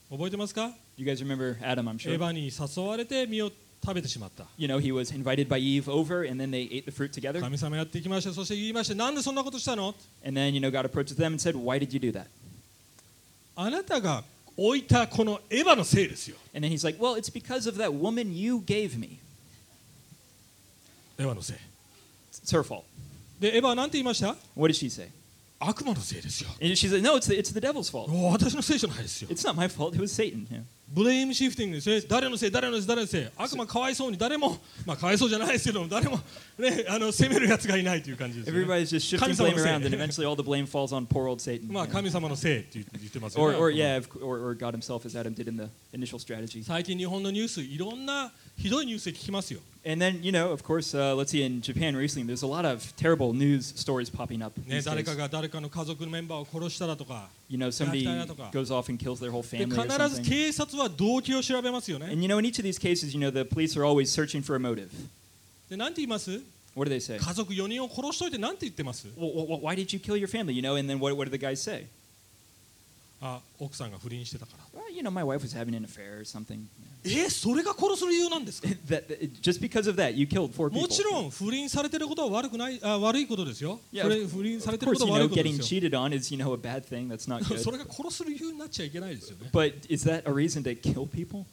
Speaker 2: 覚えてますか
Speaker 1: You guys remember Adam, I'm sure.
Speaker 2: エヴァに誘われて身を食べてしまった
Speaker 1: you know, he was invited by Eve over, and then they ate the fruit together.
Speaker 2: 神様やってきましたそして言いましたなんでそんなことしたの
Speaker 1: And then, you know, God approaches them and said, Why did you do that?
Speaker 2: あなたが置いたこのエヴァのせいですよ
Speaker 1: And then he's like, Well, it's because of that woman you gave me.
Speaker 2: エヴァのせい
Speaker 1: It's, it's her fault.
Speaker 2: でエヴァは何て言いました
Speaker 1: What did she say?
Speaker 2: 悪魔のせいですよ
Speaker 1: And she's like, No, it's the, it's the devil's fault.
Speaker 2: お私のせいじゃないですよ
Speaker 1: It's not my fault. It was Satan. Yeah.
Speaker 2: ブレイムシフティングですね誰のせい誰のせい誰のせい悪魔かわいそうに誰もまあかわいそうじゃないですけど誰も [laughs] ねあの責めるやつがいないという感じですよね
Speaker 1: Everybody's just shifting
Speaker 2: Comes
Speaker 1: blame
Speaker 2: on,
Speaker 1: around,
Speaker 2: say.
Speaker 1: and eventually all the blame falls on poor old Satan.
Speaker 2: まあ
Speaker 1: yeah.
Speaker 2: 神様のせいって言って言ってますよ
Speaker 1: Or,
Speaker 2: ね
Speaker 1: or yeah, of cou- or, or God himself, as Adam did in the initial strategy.
Speaker 2: 最近日本のニュースいろんなひどいニュース聞きますよ、
Speaker 1: And then, you know, of course, uh, let's see, in Japan recently, there's a lot of terrible news stories popping up.
Speaker 2: ね、
Speaker 1: these
Speaker 2: 誰か
Speaker 1: days.
Speaker 2: が誰かの家族のメンバーを殺しただとか
Speaker 1: You know, somebody
Speaker 2: Yaktaiだとか。
Speaker 1: goes off and kills their whole
Speaker 2: で
Speaker 1: family.
Speaker 2: 必
Speaker 1: Or
Speaker 2: ず
Speaker 1: something.
Speaker 2: 警察は動機を調べますよね
Speaker 1: And you know, in each of these cases, you know, the police are always searching for a motive.
Speaker 2: で何て言います
Speaker 1: What do they say?
Speaker 2: 家族4人を殺しといて何て言ってます
Speaker 1: Well, well, well, why did you kill your family? You know, and then what, what do the guys say?
Speaker 2: あ奥さんが不倫してたから
Speaker 1: Well, you know, my wife was having an affair or something. [laughs]
Speaker 2: えそれが殺す理由なんですか
Speaker 1: that, that- just because of that, you killed four
Speaker 2: も
Speaker 1: people.
Speaker 2: ちろん不倫されてることは悪くないあ悪いことですよ。
Speaker 1: いや
Speaker 2: 不倫不倫され
Speaker 1: Of
Speaker 2: てるこ
Speaker 1: course,
Speaker 2: と
Speaker 1: you
Speaker 2: は
Speaker 1: know,
Speaker 2: 悪いことで
Speaker 1: getting
Speaker 2: すよ。
Speaker 1: cheated on is, you know, a bad thing. That's
Speaker 2: [laughs]
Speaker 1: not
Speaker 2: そ
Speaker 1: good.
Speaker 2: れが殺す理由になっちゃいけないですよね。
Speaker 1: but is that a reason to kill people?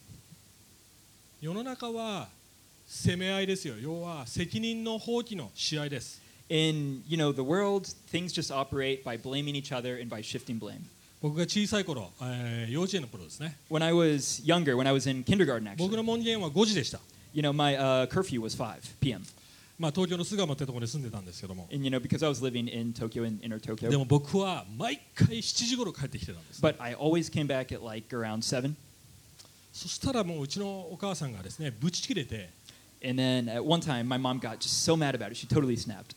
Speaker 2: 世の中は責め合いですよ。要は責任の放棄の試合です。
Speaker 1: In, you know, the world, things just operate by blaming each other and by shifting blame.
Speaker 2: 僕が小さい頃、えー幼稚園の頃ですね。
Speaker 1: When I was younger, when I was in kindergarten,
Speaker 2: 僕
Speaker 1: actually,
Speaker 2: の門限は5時でした。
Speaker 1: you know, my uh, curfew was 5 p.m.
Speaker 2: まあ東京の巣鴨ってところに住んでたんですけども。
Speaker 1: And you know, because I was living in Tokyo, in inner Tokyo,
Speaker 2: でも僕は毎回7時頃帰ってきてたんです。
Speaker 1: but I always came back at like around seven.
Speaker 2: そしたらもううちのお母さんがですねぶち切れて
Speaker 1: And then at one time, my mom got just so mad about it, she totally snapped.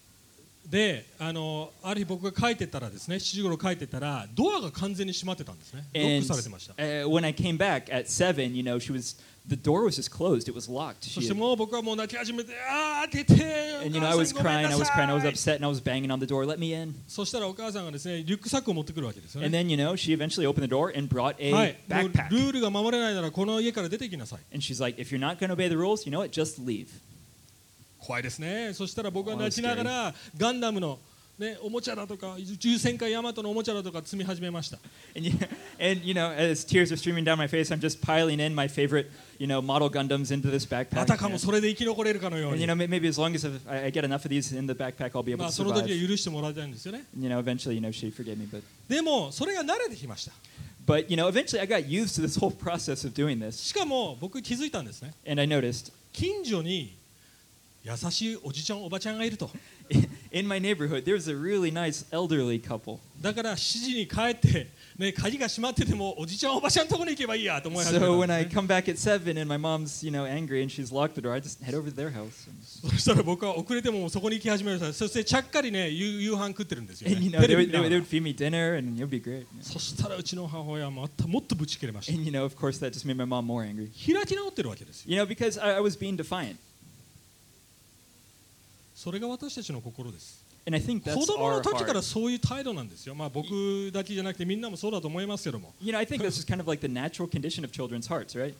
Speaker 2: であのある日僕が帰ってたらですね7時頃帰ってたらドアが完全に閉まってたんですねロッ
Speaker 1: And
Speaker 2: クされてました
Speaker 1: uh, when I came back at seven, you know, she was the door was just closed; it was locked.
Speaker 2: そ
Speaker 1: She
Speaker 2: して
Speaker 1: had-
Speaker 2: もう僕はもう泣き始めてああ開けて
Speaker 1: and you know,
Speaker 2: お母
Speaker 1: I
Speaker 2: さん
Speaker 1: was
Speaker 2: ごめん
Speaker 1: crying,
Speaker 2: な
Speaker 1: I was crying, I was
Speaker 2: さ
Speaker 1: upset,
Speaker 2: い
Speaker 1: and I was banging on the door. Let me in.
Speaker 2: そしたらお母さんがですねリュックサックを持ってくるわけですよ
Speaker 1: And
Speaker 2: ね
Speaker 1: then you know, she eventually opened the door and brought a
Speaker 2: はいもうル
Speaker 1: backpack.
Speaker 2: ールが守れないならこの家から出ていきなさい
Speaker 1: And she's like, "If you're not going to obey the rules, you know what? Just leave." [laughs]
Speaker 2: 怖いですねそしたら僕は泣きながらガンダムの、ね、おもちゃだとか宇宙戦艦ヤマトのおもちゃだとか積み始めました
Speaker 1: And you, and you know, as tears are streaming down my face, I'm just piling in my favorite, you know, model Gundams into this backpack. uh,
Speaker 2: あたかも
Speaker 1: you
Speaker 2: それで生き残れるかのよ
Speaker 1: know.
Speaker 2: う
Speaker 1: And you
Speaker 2: に
Speaker 1: know, may- maybe as long as I've- I I get enough of these in the backpack, I'll be able
Speaker 2: まあ
Speaker 1: to
Speaker 2: その時
Speaker 1: survive.
Speaker 2: は許してもらいたいんですよね
Speaker 1: You know, eventually, you know, she forgave me, but
Speaker 2: でもそれが慣れてきました
Speaker 1: but you know, eventually, I got used to this [laughs] whole process of doing this,
Speaker 2: しかも僕気づいたんですね
Speaker 1: and I noticed [laughs]
Speaker 2: 近所に優しいおじちゃんおばちゃんがいると
Speaker 1: in my neighborhood there's a really nice elderly couple.
Speaker 2: だから7時に帰って、ね、鍵が閉まっててもおじちゃんおばちゃんのとこに行けばいいやと思い始めた
Speaker 1: So
Speaker 2: ん
Speaker 1: when
Speaker 2: で
Speaker 1: I
Speaker 2: すね
Speaker 1: come back at seven and my mom's, you know, angry and she's locked the door, I just head over to their house.
Speaker 2: そしたら僕は遅れてもそこに行き始めましたそしてちゃっかりね夕夕飯食ってるんですよ、
Speaker 1: And,
Speaker 2: ね
Speaker 1: and you know,
Speaker 2: テ
Speaker 1: they
Speaker 2: レ
Speaker 1: would,
Speaker 2: ビ
Speaker 1: they
Speaker 2: 見
Speaker 1: would,
Speaker 2: な
Speaker 1: they
Speaker 2: がら
Speaker 1: would feed me dinner and it'll be great. you know.
Speaker 2: そしたらうちの母親はまたもっとぶち切れまし
Speaker 1: And you know, of course, that just made my mom more angry.
Speaker 2: た開き直ってるわけですよ
Speaker 1: You know, because I, I was being defiant.
Speaker 2: それが私たちの心です
Speaker 1: And I think
Speaker 2: 子
Speaker 1: that's our
Speaker 2: 供の時から
Speaker 1: heart.
Speaker 2: そういう態度なんですよまあ僕だけじゃなくてみんなもそうだと思いますけども
Speaker 1: You know, I think this is kind of like the natural condition of children's hearts, right?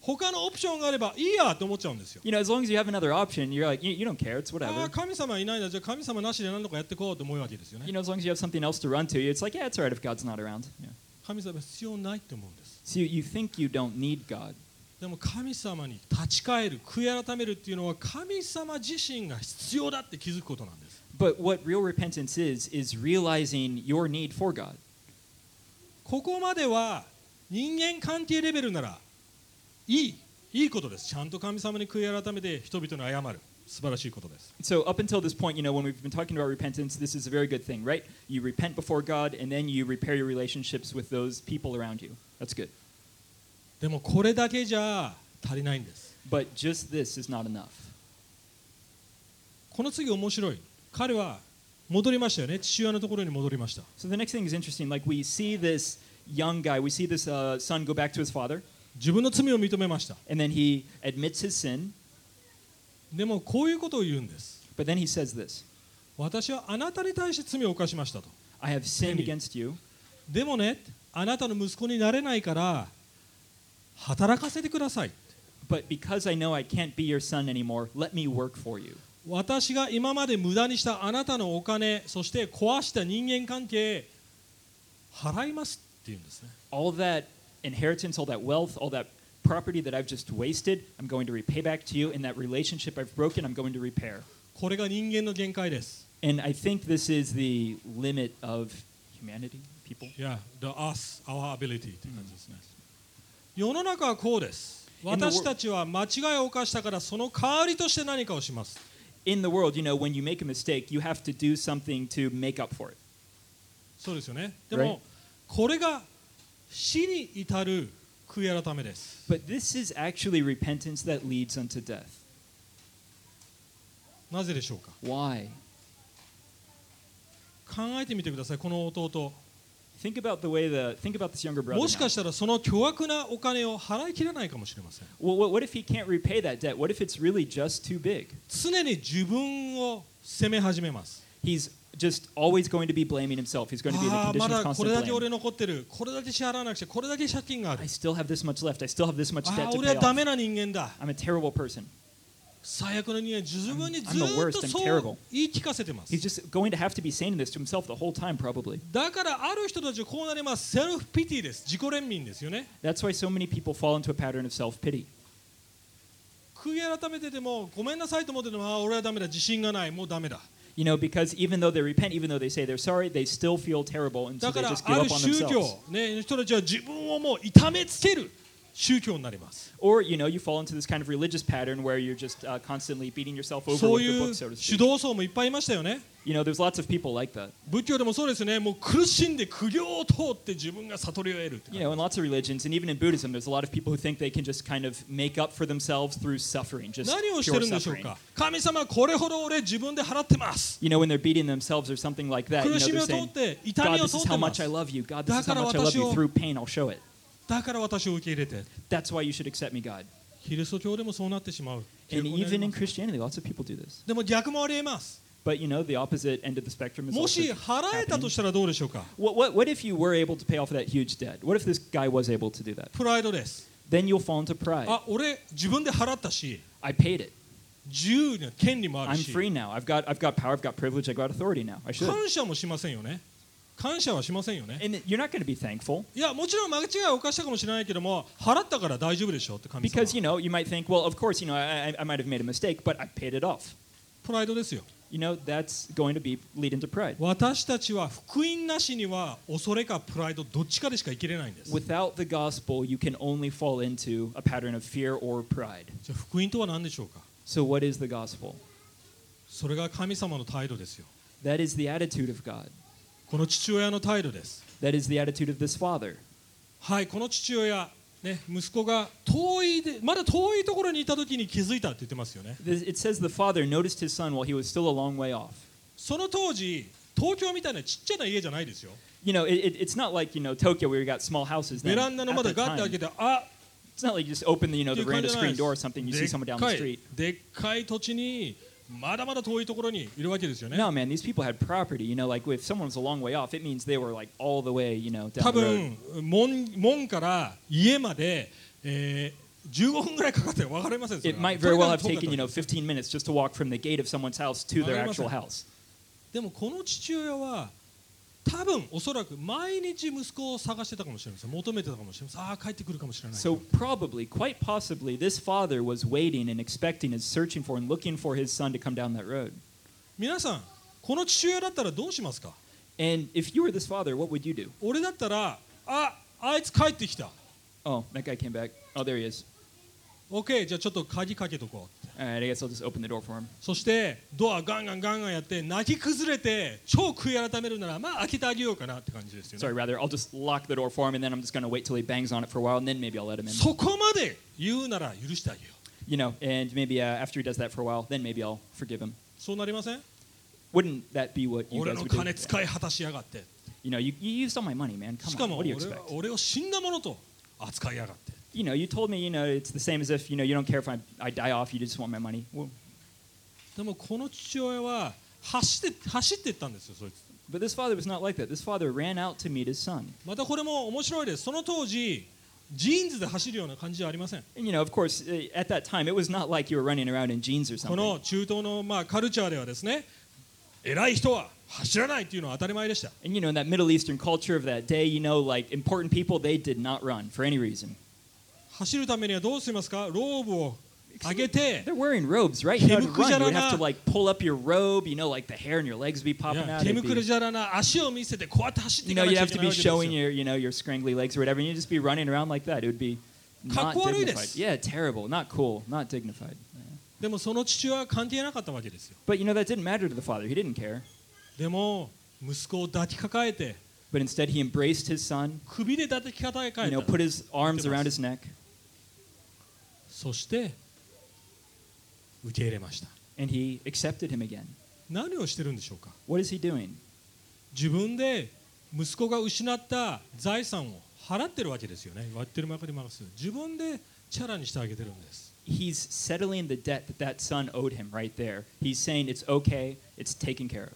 Speaker 2: 他のオプションがあればいいやと思っちゃうんですよ
Speaker 1: You know, as long as you have another option, you're like, you, you don't care, it's
Speaker 2: あ
Speaker 1: whatever.
Speaker 2: あ神様いないなじゃあ神様なしで何とかやっていこうと思うわけですよ
Speaker 1: You
Speaker 2: ね
Speaker 1: know, as long as you have something else to run to, it's like, yeah, it's all right if God's not around. Yeah.
Speaker 2: 神様必要ないと思うんです
Speaker 1: So you, you think you don't need God.
Speaker 2: でも神様に立ち返る悔い改めるっていうのは神様自身が必要だって気づくことなんです
Speaker 1: But what real repentance is, is realizing your need for God.
Speaker 2: ここまでは人間関係レベルならいいいいことですちゃんと神様に悔い改めて人々に謝る素晴らしいことです
Speaker 1: So up until this point, you know, when we've been talking about repentance, this is a very good thing, right? You repent before God, and then you repair your relationships with those people around you. That's good.
Speaker 2: でもこれだけじゃ足りないんです
Speaker 1: But just this is not enough.
Speaker 2: この次面白い彼は戻りましたよね父親のところに戻りました
Speaker 1: So the next thing is interesting. Like we see this young guy, we see this uh, son go back to his father,
Speaker 2: 自分の罪を認めました
Speaker 1: and then he admits his sin,
Speaker 2: でもこういうことを言うんです
Speaker 1: but then he says this:
Speaker 2: 私はあなたに対して罪を犯しましたと
Speaker 1: "I have sinned
Speaker 2: Maybe.
Speaker 1: against you."
Speaker 2: でもねあなたの息子になれないから働かせてください
Speaker 1: But because I know I can't be your son anymore, let me work for you.
Speaker 2: 私が今まで無駄にしたあなたのお金そして壊した人間関係払いますって言うんですね
Speaker 1: All that inheritance, all that wealth, all that property that I've just wasted, I'm going to repay back to you. And that relationship I've broken, I'm going to repair.
Speaker 2: これが人間の限界です
Speaker 1: And I think this is the limit of humanity, people.
Speaker 2: Yeah, the us, our ability って感じですね。世の中はこうです。
Speaker 1: In the world-
Speaker 2: 私たちは間違いを犯したからその代わりとして何かをします。
Speaker 1: In the world, you know, when you make a mistake, you have to do something to make up for it.
Speaker 2: そうですよね。でも、これが死に至る悔い改めです。
Speaker 1: But this is actually repentance that leads unto death.
Speaker 2: なぜでしょうか
Speaker 1: Why?
Speaker 2: 考えてみてください、この弟。
Speaker 1: Think about the way the think about this younger brother.
Speaker 2: もし
Speaker 1: now.
Speaker 2: かしたらその巨悪なお金を払い切れないかもしれません。
Speaker 1: Well, what, what if he can't repay that debt? What if it's really just too big?
Speaker 2: 常に自分を責め始めます。
Speaker 1: He's just always going to be blaming himself. He's going to be in a
Speaker 2: ああ、ま
Speaker 1: condition of
Speaker 2: だこれだ
Speaker 1: constant
Speaker 2: け
Speaker 1: blame.
Speaker 2: 俺残ってる、これだけ支払わなくちゃ、これだけ借金がある
Speaker 1: I。still have this much left. I still have this much
Speaker 2: あ
Speaker 1: debt
Speaker 2: あ、
Speaker 1: to
Speaker 2: 俺
Speaker 1: pay
Speaker 2: はダ
Speaker 1: off.
Speaker 2: メな人間だ。
Speaker 1: I'm a terrible person.
Speaker 2: 最悪の人間自分にず
Speaker 1: I'm the
Speaker 2: ーっ
Speaker 1: worst.
Speaker 2: と
Speaker 1: I'm
Speaker 2: そう
Speaker 1: terrible.
Speaker 2: 言い聞かせてます
Speaker 1: He's just going to have to be saying this to himself the whole time, probably.
Speaker 2: だからある人たちはこうなりますセルフピティです自己憐憫ですよね
Speaker 1: That's why so many people fall into a pattern of self pity.
Speaker 2: 悔い改めてでもごめんなさいと思っててもああ俺はダメだ自信がないもうダメだ
Speaker 1: You know, because even though they repent, even though they say they're sorry, they still feel terrible, and so
Speaker 2: だ
Speaker 1: they
Speaker 2: から
Speaker 1: just give
Speaker 2: ある
Speaker 1: up on
Speaker 2: 宗教
Speaker 1: themselves.
Speaker 2: ね人たちは自分をもう痛めつける宗教になります
Speaker 1: Or you know, you fall into this kind of religious pattern where you're just uh, constantly beating yourself over
Speaker 2: そう
Speaker 1: with the
Speaker 2: いう
Speaker 1: book, so to
Speaker 2: 主
Speaker 1: speak.
Speaker 2: 導層もいっぱいいましたよね
Speaker 1: You know, there's lots of people like that.
Speaker 2: 仏教でもそうですよねもう苦しんで苦行を通って自分が悟りを得るって
Speaker 1: You
Speaker 2: 感じ
Speaker 1: know, in lots of religions, and even in Buddhism, there's a lot of people who think they can just kind of make up for themselves through suffering, just
Speaker 2: 何をして
Speaker 1: pure
Speaker 2: るんでしょう
Speaker 1: suffering.
Speaker 2: か神様これほど俺自分で払ってます
Speaker 1: You know, when they're beating themselves or something like that,
Speaker 2: 苦
Speaker 1: you know,
Speaker 2: しみ
Speaker 1: they're
Speaker 2: を通っ
Speaker 1: saying,
Speaker 2: て痛
Speaker 1: God,
Speaker 2: みを
Speaker 1: this
Speaker 2: 通っ
Speaker 1: is
Speaker 2: て
Speaker 1: how much
Speaker 2: ま
Speaker 1: I
Speaker 2: す
Speaker 1: love you. God, this is
Speaker 2: だか
Speaker 1: how much
Speaker 2: ら
Speaker 1: I love
Speaker 2: 私を-
Speaker 1: you. Through pain, I'll show it.
Speaker 2: だから私を受け入れて
Speaker 1: That's why you should accept me, God.
Speaker 2: キリスト教でもそうなってしまう
Speaker 1: And
Speaker 2: 傾向にあり
Speaker 1: even
Speaker 2: ま
Speaker 1: in
Speaker 2: す
Speaker 1: Christianity, lots of people do this.
Speaker 2: でも逆もありえます
Speaker 1: But you know, the opposite end of the spectrum is
Speaker 2: も
Speaker 1: also
Speaker 2: し払えたと
Speaker 1: happening.
Speaker 2: したらどうでしょうか
Speaker 1: What, what, what if you were able to pay off that huge debt? What if this guy was able to do that?
Speaker 2: プライドです
Speaker 1: Then you'll fall into pride.
Speaker 2: あ俺自分で払ったし
Speaker 1: I paid it.
Speaker 2: 自由な権利もある
Speaker 1: I'm
Speaker 2: し
Speaker 1: free now. I've got, I've got power. I've got privilege. I've got authority now. I should.
Speaker 2: 感謝もしませんよね感謝はしませんよね
Speaker 1: And you're not going to be thankful
Speaker 2: いやもちろん間違いを犯したかもしれないけども払ったから大丈夫でしょって神
Speaker 1: because
Speaker 2: 様
Speaker 1: you know you might think, well, of course, you know, I, I, I might have made a mistake, but I paid it off.
Speaker 2: プライドですよ
Speaker 1: You know, that's going to be lead into pride.
Speaker 2: 私たちは福音なしには恐れかプライドどっちかでしか生きれないんです
Speaker 1: Without the gospel, you can only fall into a pattern of fear or pride.
Speaker 2: じゃあ福音とは何でしょうか
Speaker 1: So, what is the gospel?
Speaker 2: それが神様の態度ですよ
Speaker 1: That is the attitude of God.
Speaker 2: この父親の態度です
Speaker 1: That is the attitude of this father.
Speaker 2: はいこの父親ね、息子が遠いでまだ遠いところにいた時に気づいたって言ってますよね
Speaker 1: This- It says the father noticed his son while he was still a long way off.
Speaker 2: その当時東京みたいなちっちゃな家じゃないですよ
Speaker 1: You know, it, it, it's not like you know Tokyo where you got small houses.
Speaker 2: ベ
Speaker 1: Then.
Speaker 2: ランダの
Speaker 1: At
Speaker 2: 窓
Speaker 1: the
Speaker 2: ガッて開
Speaker 1: time,
Speaker 2: けてあ
Speaker 1: it's not like you just open the you know
Speaker 2: っ
Speaker 1: the
Speaker 2: ていう感
Speaker 1: veranda
Speaker 2: じじゃない
Speaker 1: screen
Speaker 2: で
Speaker 1: door or something. You see
Speaker 2: す
Speaker 1: someone
Speaker 2: でっ
Speaker 1: down the
Speaker 2: か
Speaker 1: street.
Speaker 2: いでっかい土地にまだまだ遠いところにいるわけですよね
Speaker 1: No, man, these people had property. You know, like if someone was a long way off, it means they were like all the way, you know,
Speaker 2: 多
Speaker 1: down the road.
Speaker 2: 分門門から家まで、えー15分ぐらいかかって分かりませんそれ
Speaker 1: It
Speaker 2: は
Speaker 1: might very well have
Speaker 2: それが
Speaker 1: taken,
Speaker 2: 遠
Speaker 1: you
Speaker 2: か
Speaker 1: know,
Speaker 2: った
Speaker 1: 15 minutes just to walk from the gate of someone's house to their
Speaker 2: Alright,
Speaker 1: actual
Speaker 2: listen.
Speaker 1: house.
Speaker 2: でもこの父親は多分おそらく毎日息子を探してたかもしれません求めてたかもしれませんああ帰ってくるかもしれない
Speaker 1: So probably, quite possibly, this father was waiting and expecting and searching for and looking for his son to come down that road.
Speaker 2: 皆さんこの父親だったらどうしますか
Speaker 1: And if you were this father, what would you do?
Speaker 2: 俺だったらああいつ帰ってきた
Speaker 1: Oh, that guy came back. Oh, there he is.
Speaker 2: OK じゃあちょっと鍵かけとこう
Speaker 1: All right, I guess I'll just open the door for him.
Speaker 2: そしてドアガンガンガンガンやって泣き崩れて超悔い改めるならまあ開けてあげようかなって感じですよね
Speaker 1: Sorry, rather, I'll just lock the door for him, and then I'm just going to wait till he bangs on it for a while, and then maybe I'll let him in.
Speaker 2: そこまで言うなら許してあげよう
Speaker 1: You know, and maybe uh, after he does that for a while, then maybe I'll forgive him.
Speaker 2: そうなりません
Speaker 1: Wouldn't that be what you
Speaker 2: 俺
Speaker 1: guys
Speaker 2: の
Speaker 1: would
Speaker 2: 金
Speaker 1: do?
Speaker 2: 使い果たしやがって、
Speaker 1: You know, you, you used all my money, man.
Speaker 2: し
Speaker 1: Come
Speaker 2: か
Speaker 1: on,
Speaker 2: も
Speaker 1: what do
Speaker 2: 俺
Speaker 1: you expect?
Speaker 2: は俺を死んだものと扱いやがって、
Speaker 1: You know, you told me, you know, it's the same as if, you know, you don't care if I, I die off, you just want my money. Well,
Speaker 2: でもこの父親は走って走っていったんですよ、そいつ。
Speaker 1: but this father was not like that. This father ran out to meet his son.
Speaker 2: またこれも面白いです、その当時、ジーンズで走るような感じじゃありません、
Speaker 1: And, you know, of course, uh, at that time, it was not like you were running around in jeans or
Speaker 2: こ
Speaker 1: something.
Speaker 2: の中東のまあカルチャーではですね、偉い人は走らないっていうのは当たり前でした。
Speaker 1: And, you know, in that Middle Eastern culture of that day, you know, like important people, they did not run for any reason.
Speaker 2: 走るためにはどうしますか、ローブを上げて、
Speaker 1: They're wearing robes, right? You know, to run, you would have to,
Speaker 2: 毛むくじゃらな-
Speaker 1: like, pull up your robe, you know, like the hair and your legs would be
Speaker 2: い
Speaker 1: popping
Speaker 2: や
Speaker 1: out.
Speaker 2: 毛
Speaker 1: It'd
Speaker 2: むくる
Speaker 1: be-
Speaker 2: じゃらな足を見せて、こうやって走って
Speaker 1: You know,
Speaker 2: いかなき
Speaker 1: you'd
Speaker 2: ゃい
Speaker 1: have
Speaker 2: け
Speaker 1: to
Speaker 2: ない
Speaker 1: be
Speaker 2: わけですよ
Speaker 1: showing your, you know, your scrangly legs or whatever, and you'd just be running around like that. It would be not
Speaker 2: かっこ悪いです。
Speaker 1: dignified. Yeah, terrible, not cool, not dignified.
Speaker 2: でもその父親は関係なかったわけですよ。
Speaker 1: But you know, that didn't matter to the father. He didn't care.
Speaker 2: でも息子を抱きかかえて
Speaker 1: But instead, he embraced his son,
Speaker 2: 首で抱きかかえた
Speaker 1: you know, put his arms around his neck,
Speaker 2: そして受け入れました
Speaker 1: and he accepted him again.
Speaker 2: 何をしてるんでしょうか
Speaker 1: What is he doing?
Speaker 2: 自分で息子が失った財産を払ってるわけですよね割ってるまかります自分でチャラにしてあげてるんです
Speaker 1: He's settling the debt that that son owed him right there. He's saying it's okay, it's taken care of.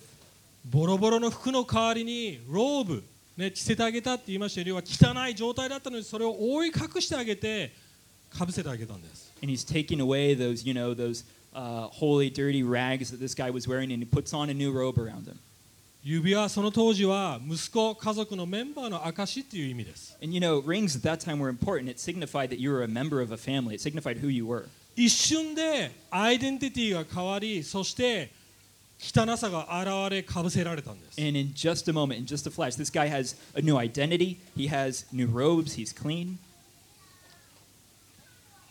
Speaker 2: ボロボロの服の代わりにローブ、ね、着せてあげたって言いましたよ要は汚い状態だったのにそれを覆い隠してあげてかぶせてあげたんです
Speaker 1: and he's taking away those you know those uh, holy dirty rags that this guy was wearing and he puts on a new robe around him
Speaker 2: 指輪はその当時は息子家族のメンバーの証っていう意味です
Speaker 1: and you know rings at that time were important it signified that you were a member of a family it signified who you were
Speaker 2: 一瞬でアイデンティティが変わりそして汚さが現れかぶせられたんです
Speaker 1: and in just a moment in just a flash this guy has a new identity he has new robes he's clean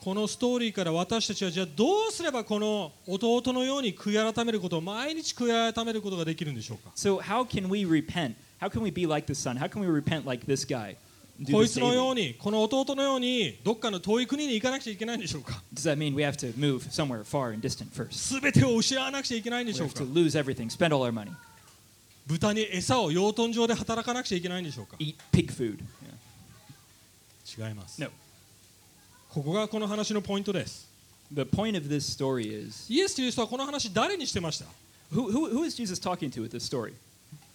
Speaker 2: このストーリーから私たちはじゃあどうすればこの弟のように悔い改めることを毎日悔い改めることができるんでしょうか
Speaker 1: So, how can we repent? How can we be like the son? How can we repent like this guy? and do
Speaker 2: こい
Speaker 1: this
Speaker 2: つの
Speaker 1: daily?
Speaker 2: ようにこの弟のようにどっかの遠い国に行かなくちゃいけないんでしょうか
Speaker 1: Does that mean we have to move somewhere far and distant first?
Speaker 2: 全てを失わなくちゃいけないんで
Speaker 1: We
Speaker 2: しょう
Speaker 1: have
Speaker 2: か
Speaker 1: to lose everything, spend all our money,
Speaker 2: 豚に餌を養豚場で働かなくちゃいけないんでしょうか
Speaker 1: eat pig food. Yeah.
Speaker 2: 違います
Speaker 1: No.
Speaker 2: ここがこの話のポイントです
Speaker 1: The point of this story is
Speaker 2: イエス・キリストはこの話誰にしてました
Speaker 1: who, who, who is Jesus talking to with this story?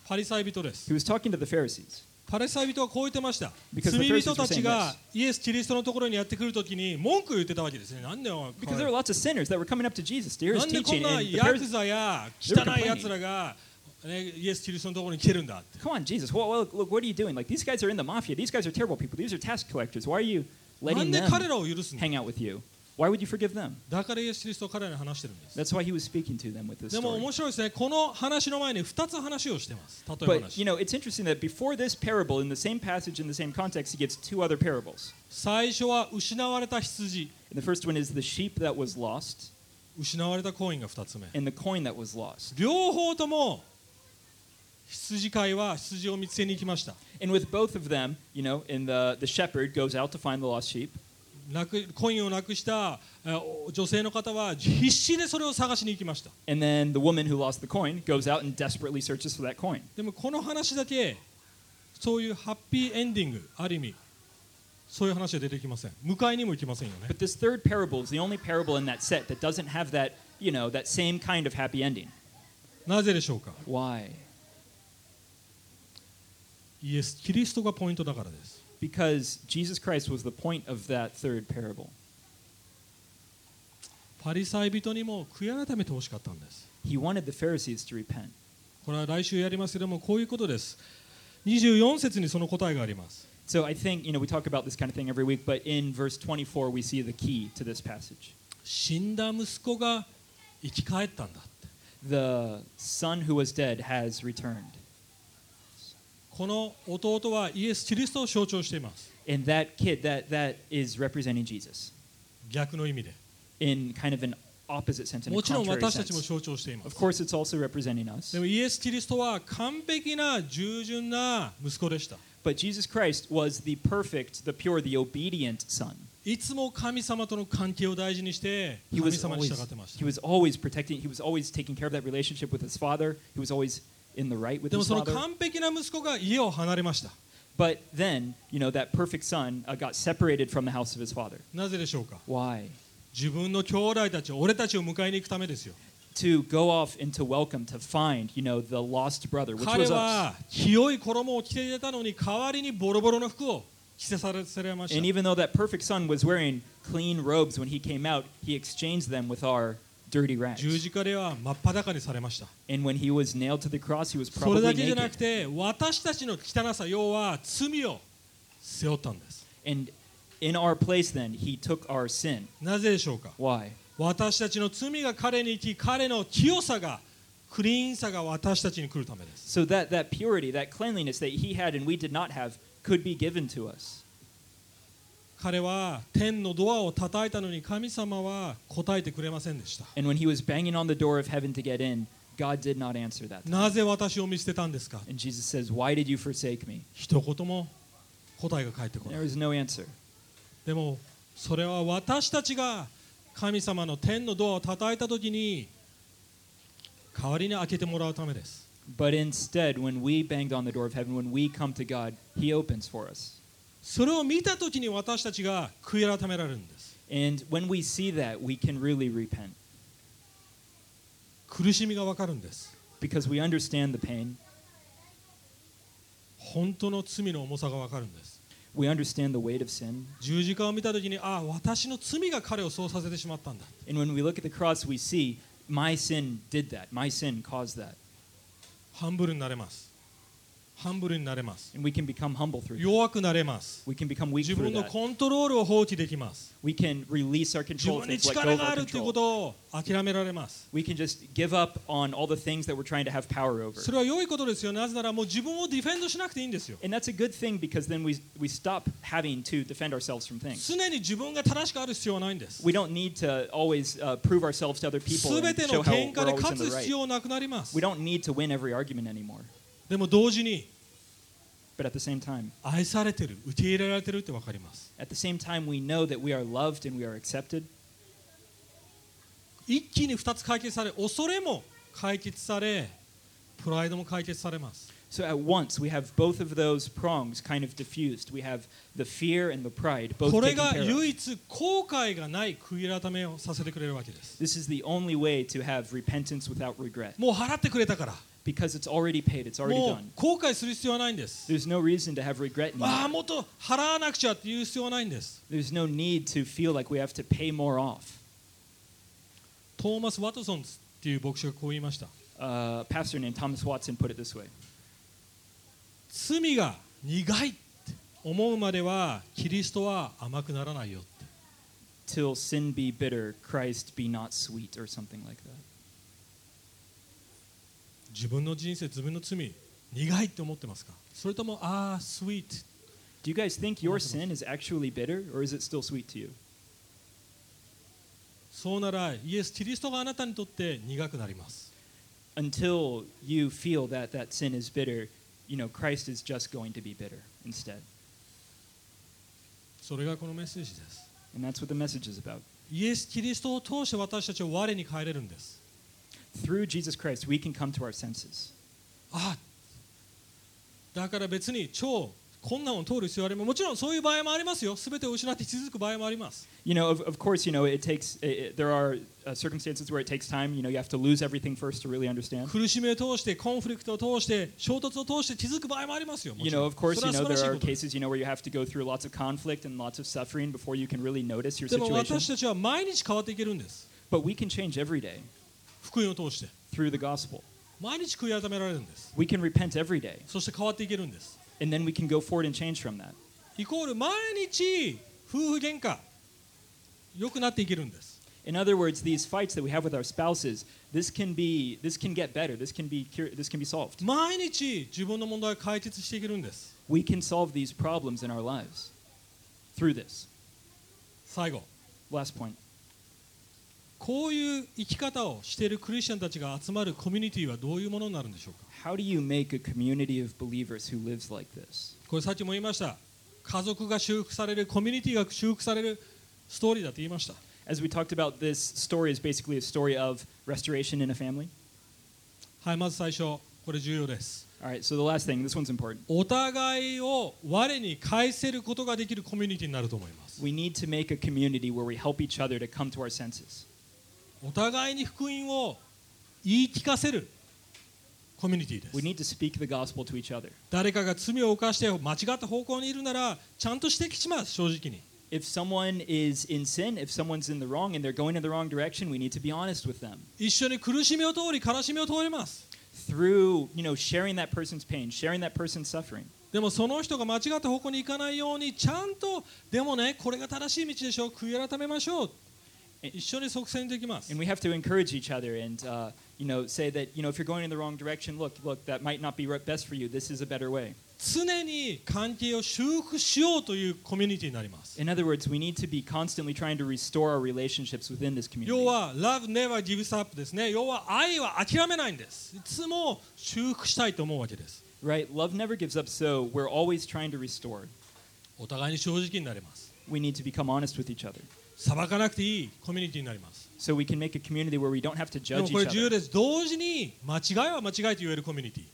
Speaker 2: パリサイ人です。
Speaker 1: He was talking to the Pharisees
Speaker 2: パリサイ人はこう言ってました。
Speaker 1: Because the
Speaker 2: 罪
Speaker 1: Pharisees
Speaker 2: 人
Speaker 1: were
Speaker 2: たちが
Speaker 1: saying
Speaker 2: イエス・キリストのところにやってくるときに文句を言ってたわけですね。なんでお
Speaker 1: because there were lots of sinners that were coming up to Jesus to hear
Speaker 2: な
Speaker 1: his
Speaker 2: んでこん
Speaker 1: teaching.
Speaker 2: な
Speaker 1: And the
Speaker 2: ヤク
Speaker 1: Pharisees,
Speaker 2: ザや
Speaker 1: They were
Speaker 2: 汚
Speaker 1: complaining.
Speaker 2: いやつらが、ね、イエス・キリストのところに来てるんだって。
Speaker 1: come on, Jesus, whoa, whoa, look, what are you doing? Like, these guys are in the mafia. These guys are terrible people. These are tax collectors. Why are you
Speaker 2: なん
Speaker 1: letting
Speaker 2: で
Speaker 1: them
Speaker 2: 彼らを許すんだ
Speaker 1: hang out with you? Why would you forgive them?
Speaker 2: だからイエス・キリストは彼らに話してるんです。
Speaker 1: That's why he was speaking to them with this
Speaker 2: でも
Speaker 1: story.
Speaker 2: 面白いですね。この話の前に2つ話をしてます。例え
Speaker 1: But
Speaker 2: 話
Speaker 1: you。know, it's interesting that before this parable, in the same passage, in the same context, he gives two other parables.
Speaker 2: 最初は失われた羊、
Speaker 1: And the first one is the sheep that was lost
Speaker 2: 失われたコインが2つ目。
Speaker 1: and the coin that was lost.
Speaker 2: 両方とも羊飼いは羊を見つけに行きました
Speaker 1: And with both of them, you know, in the the shepherd goes out to find the lost sheep,
Speaker 2: なくコインをなくしたえーお女性の方は必死でそれを探しに行きました
Speaker 1: and then the woman who lost the coin goes out and desperately searches for that coin.
Speaker 2: でもこの話だけそういうハッピーエンディングある意味そういう話は出てきません迎えにも行きませんよね
Speaker 1: But this third parable is the only parable in that set that doesn't have that, you know, that same kind of happy ending.
Speaker 2: なぜでしょうか
Speaker 1: Why?
Speaker 2: イエス・キリストがポイントだからです
Speaker 1: Because Jesus Christ was the point of that third parable.
Speaker 2: パリサイ人にも悔い改めてほしかったんです
Speaker 1: He wanted the Pharisees to repent.
Speaker 2: これは来週やりますけどもこういうことです24節にその答えがあります
Speaker 1: So I think, you know, we talk about this kind of thing every week, but in verse 24, we see the key to this passage.
Speaker 2: 死んだ息子が生き返ったんだ
Speaker 1: The son who was dead has returned.
Speaker 2: この弟はイエス・キリストを象徴しています
Speaker 1: And that kid, that, that is representing Jesus
Speaker 2: 逆の意味で
Speaker 1: in kind of an opposite sense, in
Speaker 2: も
Speaker 1: a
Speaker 2: ちろん
Speaker 1: contrary
Speaker 2: 私たちも
Speaker 1: sense.
Speaker 2: 象徴していま
Speaker 1: Of
Speaker 2: す
Speaker 1: course, it's also representing us.
Speaker 2: でもイエス・キリストは完璧な従順な息子でした
Speaker 1: But Jesus Christ was the perfect, the pure, the obedient son.
Speaker 2: いつも神様との関係を大事にして神
Speaker 1: He was,
Speaker 2: 様に
Speaker 1: always,
Speaker 2: 従ってまし
Speaker 1: he
Speaker 2: た
Speaker 1: was always protecting, he was always taking care of that relationship with his father. He was always in the right with
Speaker 2: でも
Speaker 1: his
Speaker 2: その
Speaker 1: father.
Speaker 2: 完璧な息子が家を離れました
Speaker 1: But then, you know, that perfect son uh, got separated from the house of his father.
Speaker 2: なぜでしょうか
Speaker 1: Why?
Speaker 2: 自分の兄弟たち俺たちを迎えに行くためですよ
Speaker 1: To go off and to welcome, to find, you know, the lost brother, which
Speaker 2: 彼
Speaker 1: was us.
Speaker 2: は清い衣を着ていたのに代わりにボロボロの服を着せされました
Speaker 1: And even though that perfect son was wearing clean robes when he came out, he exchanged them with our dirty
Speaker 2: 十
Speaker 1: rags.
Speaker 2: 字架では真っ裸にされました
Speaker 1: And when he was nailed to the cross, he was
Speaker 2: それ
Speaker 1: probably
Speaker 2: だけじゃな
Speaker 1: naked.
Speaker 2: くて私たちの汚さ要は罪を背負ったんです
Speaker 1: And in our place, then, he took our sin.
Speaker 2: なぜでしょうか
Speaker 1: Why?
Speaker 2: 私たちの罪が彼に生き彼の清さがクリーンさが私たちに来るためです
Speaker 1: So that, that purity, that cleanliness that he had and we did not have, could be given to us.
Speaker 2: 彼は天のドアを叩いたのに神様は答えてくれませんでした
Speaker 1: And when he was banging on the door of heaven to get in, God did not answer that.
Speaker 2: なぜ私を見捨てたんですか
Speaker 1: And Jesus says, Why did you forsake me?
Speaker 2: 一言も答えが返ってこな
Speaker 1: There
Speaker 2: い
Speaker 1: is no answer.
Speaker 2: でもそれは私たちが神様の天のドアを叩いた時に代わりに開けてもらうためです
Speaker 1: But instead, when we banged on the door of heaven, when we come to God, he opens for us.
Speaker 2: それを見た時に私たちが悔い改められるんです
Speaker 1: And when we see that, we can really repent
Speaker 2: 苦しみがわかるんです
Speaker 1: because we understand the pain,
Speaker 2: 本当の罪の重さがわかるんです
Speaker 1: we understand the weight of sin.
Speaker 2: 十字架を見た時にああ私の罪が彼をそうさせてしまったんだ
Speaker 1: And when we look at the cross, we see my sin did that. My sin caused that.
Speaker 2: ハンブルになれますハンブルになれます
Speaker 1: and we can become humble through that.
Speaker 2: 弱くなれます
Speaker 1: We can become weak
Speaker 2: 自
Speaker 1: through
Speaker 2: 分の
Speaker 1: that.
Speaker 2: コントロールを放棄できます
Speaker 1: We can release our
Speaker 2: 自
Speaker 1: control
Speaker 2: 分に
Speaker 1: things, let go
Speaker 2: 力
Speaker 1: of
Speaker 2: が
Speaker 1: our
Speaker 2: あるというこ
Speaker 1: control.
Speaker 2: とを諦められます
Speaker 1: We can just give up on all the things that we're trying to have power over.
Speaker 2: それは良いことですよなぜならもう自分をディフェンドしなくていいんですよ
Speaker 1: And that's a good thing because then we, we stop having to defend ourselves from things.
Speaker 2: 常に自分が正しくある必要はないんです
Speaker 1: We don't need to always uh, prove ourselves to other people
Speaker 2: 全
Speaker 1: and
Speaker 2: て
Speaker 1: show
Speaker 2: の
Speaker 1: how we're
Speaker 2: 喧嘩で
Speaker 1: always
Speaker 2: 勝
Speaker 1: in the
Speaker 2: つ必
Speaker 1: right.
Speaker 2: 要なくなります
Speaker 1: We don't need to win every argument anymore.
Speaker 2: でも同時に
Speaker 1: But at the same time,
Speaker 2: 愛されてる受け入れられてるって分かります
Speaker 1: at the same time, we know that we are loved and we are accepted.
Speaker 2: 一気に2つ解決され恐れも解決されプライドも解決されます
Speaker 1: So at once, we have both of those prongs kind of diffused. We have the fear and the pride both
Speaker 2: これ
Speaker 1: taken
Speaker 2: が
Speaker 1: care of.
Speaker 2: 唯一後悔がない悔い改めをさせてくれるわけです
Speaker 1: This is the only way to have repentance without regret
Speaker 2: もう払ってくれたから
Speaker 1: because it's already paid, it's already
Speaker 2: もう
Speaker 1: done.
Speaker 2: 後悔する必要はないんです
Speaker 1: There's no reason to have regret
Speaker 2: あ
Speaker 1: anymore.
Speaker 2: あもっと払わなくちゃっていう必要はないんです
Speaker 1: There's no need to feel like we have to pay more off.
Speaker 2: トーマス・ワトソンっていう牧師がこう言いました
Speaker 1: Uh, pastor named Thomas Watson put it this way
Speaker 2: 罪が苦いって思うまではキリストは甘くならないよって
Speaker 1: Till sin be bitter, Christ be not sweet, or something like that.
Speaker 2: 自分の人生自分の罪苦いって思ってますかそれともああスイート
Speaker 1: Do you guys think your
Speaker 2: Wonderful.
Speaker 1: sin is actually bitter, or is it still sweet to you?
Speaker 2: そうならイエス・キリストがあなたにとって苦くなります
Speaker 1: Until you feel that that sin is bitter, you know, Christ is just going to be bitter instead.
Speaker 2: それがこのメッセージです
Speaker 1: And that's what the message is about.
Speaker 2: イエス・キリストを通して私たちは我に帰れるんです
Speaker 1: Through Jesus Christ, we can come to our senses.
Speaker 2: ああだから別に超困難を通る必要はありますもちろんそういう場合もありますよ全てを失って続く場合もあります
Speaker 1: You know, of, of course, you know, it takes, it, it- there are uh, circumstances where it takes time. You know, you have to lose everything first to really
Speaker 2: [laughs]
Speaker 1: understand.
Speaker 2: 苦しみを通してコンフリクトを通して衝突を通して気づく場合もありますよも
Speaker 1: You
Speaker 2: ち
Speaker 1: know,
Speaker 2: ろん
Speaker 1: of course,
Speaker 2: それ
Speaker 1: you
Speaker 2: は素
Speaker 1: know,
Speaker 2: 晴らしい
Speaker 1: there are
Speaker 2: ことです
Speaker 1: cases, you know, where you have to go through lots of conflict and lots of suffering before you can really notice your
Speaker 2: でも
Speaker 1: situation.
Speaker 2: 私たちは毎日変わっていけるんです
Speaker 1: But we can change every day
Speaker 2: 福音を通して
Speaker 1: through the gospel.
Speaker 2: 毎日悔い改められるんです
Speaker 1: We can repent every day,
Speaker 2: そして変わっていけるんです
Speaker 1: and then we can go forward and change from that.
Speaker 2: イコール毎日夫婦喧嘩良くなっていけるんです
Speaker 1: In other words, these fights that we have with our spouses, this can be, this can get better. This can be, cur- this can be solved.
Speaker 2: 毎日自分の問題を解決していけるんです
Speaker 1: We can solve these problems in our lives through this.
Speaker 2: 最後
Speaker 1: Last point.
Speaker 2: こういう生き方をしているクリスチャンたちが集まるコミュニティはどういうものになるんでしょうか
Speaker 1: How do you make a community of believers who lives like this?
Speaker 2: これさっきも言いました家族が修復されるコミュニティが修復されるストーリーだと言いました
Speaker 1: As we talked about, this story is basically a story of restoration in a family.
Speaker 2: はいまず最初これ重要です
Speaker 1: All right, so the last thing, this one's important.
Speaker 2: お互いを我に返せることができるコミュニティになると思います
Speaker 1: We need to make a community where we help each other to come to our senses.
Speaker 2: お互いに福音を言い聞かせるコミュニティで
Speaker 1: We
Speaker 2: す
Speaker 1: need to speak the gospel to each other.
Speaker 2: 誰かが罪を犯して間違った方向にいるならちゃんと指摘します正直に
Speaker 1: If someone is in sin, if someone's in the wrong and they're going in the wrong direction, we need to be honest with them.
Speaker 2: 一緒に苦しみを通り悲しみを通ります
Speaker 1: Through, you know, sharing that person's pain, sharing that person's suffering.
Speaker 2: でもその人が間違った方向に行かないようにちゃんとでもねこれが正しい道でしょう悔い改めましょう
Speaker 1: え
Speaker 2: 一緒に即戦できます
Speaker 1: And we have to encourage each other and, uh, you know, say that, you know, if you're going in the wrong direction, look, look, that might not be right- best for you. This is a better way.
Speaker 2: 常に関係を修復しようというコミュニティになります
Speaker 1: In other words, we need to be constantly trying to restore our relationships within this
Speaker 2: 要
Speaker 1: community.
Speaker 2: は Love never gives up ですね要は愛は諦めないんですいつも修復したいと思うわけです
Speaker 1: Right? Love never gives up, so we're always trying to restore.
Speaker 2: お互いに正直になれます
Speaker 1: We need to become honest with each other.
Speaker 2: 裁かなくていいコミュニティになります
Speaker 1: So we can make a community where we don't have to
Speaker 2: でも
Speaker 1: judge
Speaker 2: これ
Speaker 1: each
Speaker 2: 重要
Speaker 1: other.
Speaker 2: です同時に間違いは間違いと言えるコミュニティ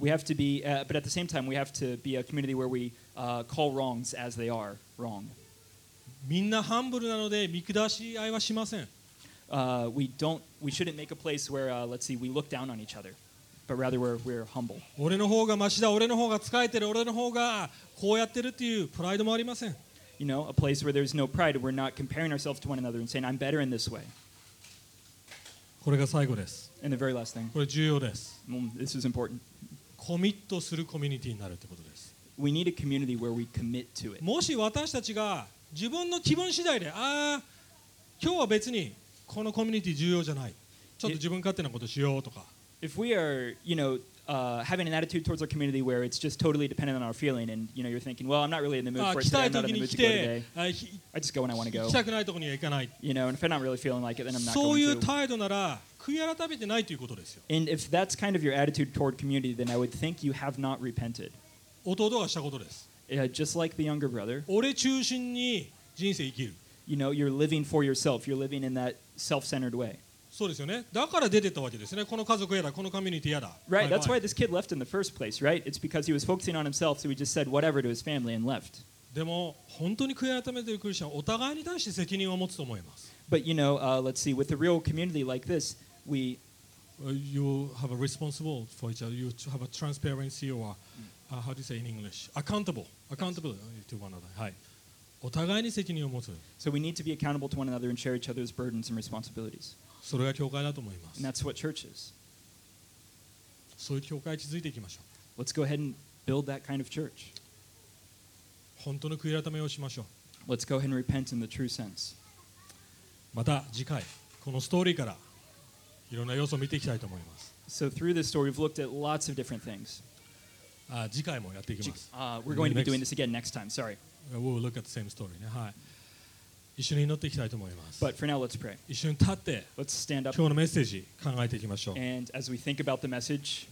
Speaker 1: We have to be, uh, but at the same time, we have to be a community where we uh, call wrongs as they are wrong.
Speaker 2: みんなハンブルなので見下し合いはしません
Speaker 1: Uh, we don't, we shouldn't make a place where, uh, let's see, we look down on each other, but rather we're, we're humble.
Speaker 2: 俺の方がマシだ俺の方が使えてる俺の方がこうやってるっていうプライドもありません
Speaker 1: You know, a place where there's no pride and we're not comparing ourselves to one another and saying, I'm better in this way.
Speaker 2: これが最後です
Speaker 1: And the very last thing,
Speaker 2: これ重要です
Speaker 1: mm, this is important.
Speaker 2: コミットするコミュニティになるということです
Speaker 1: We need a community where we commit to it.
Speaker 2: もし私たちが自分の気分次第でああ今日は別にこのコミュニティ重要じゃないちょっと自分勝手なことしようとか
Speaker 1: If we are, you know, uh, having an attitude towards our community where it's just totally dependent on our feeling, and you know, you're thinking, well, I'm not really in the mood
Speaker 2: ああ
Speaker 1: for it
Speaker 2: 来
Speaker 1: today.
Speaker 2: た
Speaker 1: I'm not in the mood to go today.
Speaker 2: い時に来てあひ
Speaker 1: I just go when I want to
Speaker 2: 行
Speaker 1: go.
Speaker 2: きたくないところには行かない
Speaker 1: You know, and if I'm not really feeling like it, then I'm not
Speaker 2: そういう
Speaker 1: going to.
Speaker 2: 態度なら悔い改めてないということですよ
Speaker 1: And if that's kind of your attitude toward community, then I would think you have not repented.
Speaker 2: 弟がしたことです
Speaker 1: Uh, just like the younger brother,
Speaker 2: 俺中心に人生生きる
Speaker 1: you know, you're living for yourself. You're living in that self-centered way.
Speaker 2: そうですよねだから出てったわけですねこの家族やらこのコミュニティやら
Speaker 1: Right.
Speaker 2: バイ
Speaker 1: That's
Speaker 2: バ
Speaker 1: why
Speaker 2: イ
Speaker 1: this kid left in the first place, right? It's because he was focusing on himself, so he just said whatever to his family and left.
Speaker 2: でも本当に悔い改めているクリスチャンはお互いに対して責任を持つと思います
Speaker 1: But you know, uh, let's see. With the real community like this, we
Speaker 2: Uh, you have a responsible for each other. You to have a transparency or uh, how do you say in English? Accountable, accountable to one another. はい。お互いに責任を持つ。
Speaker 1: so we need to be accountable to one another and share each other's burdens and responsibilities.
Speaker 2: それが教会だと思います
Speaker 1: And。that's what church is.
Speaker 2: そういう教会を築いていきましょ
Speaker 1: Let's go ahead and build that kind of church.
Speaker 2: う。本当の悔い改めをしましょう。
Speaker 1: Let's go ahead and repent in the true sense.
Speaker 2: また次回このストーリーからいろんな要素を見ていきたいと思います。
Speaker 1: So through this story, we've looked at lots of different things.
Speaker 2: あ次回もやっていきます。
Speaker 1: Uh, we're going to be
Speaker 2: Next.
Speaker 1: doing this again next time. Sorry,
Speaker 2: We'll look at the same story ね。はい。一緒に祈っていきたいと思います。
Speaker 1: but for now, let's pray.
Speaker 2: 一緒に立って
Speaker 1: Let's stand up
Speaker 2: 今日のメッセージ考えていきましょう。
Speaker 1: and as we think about the message,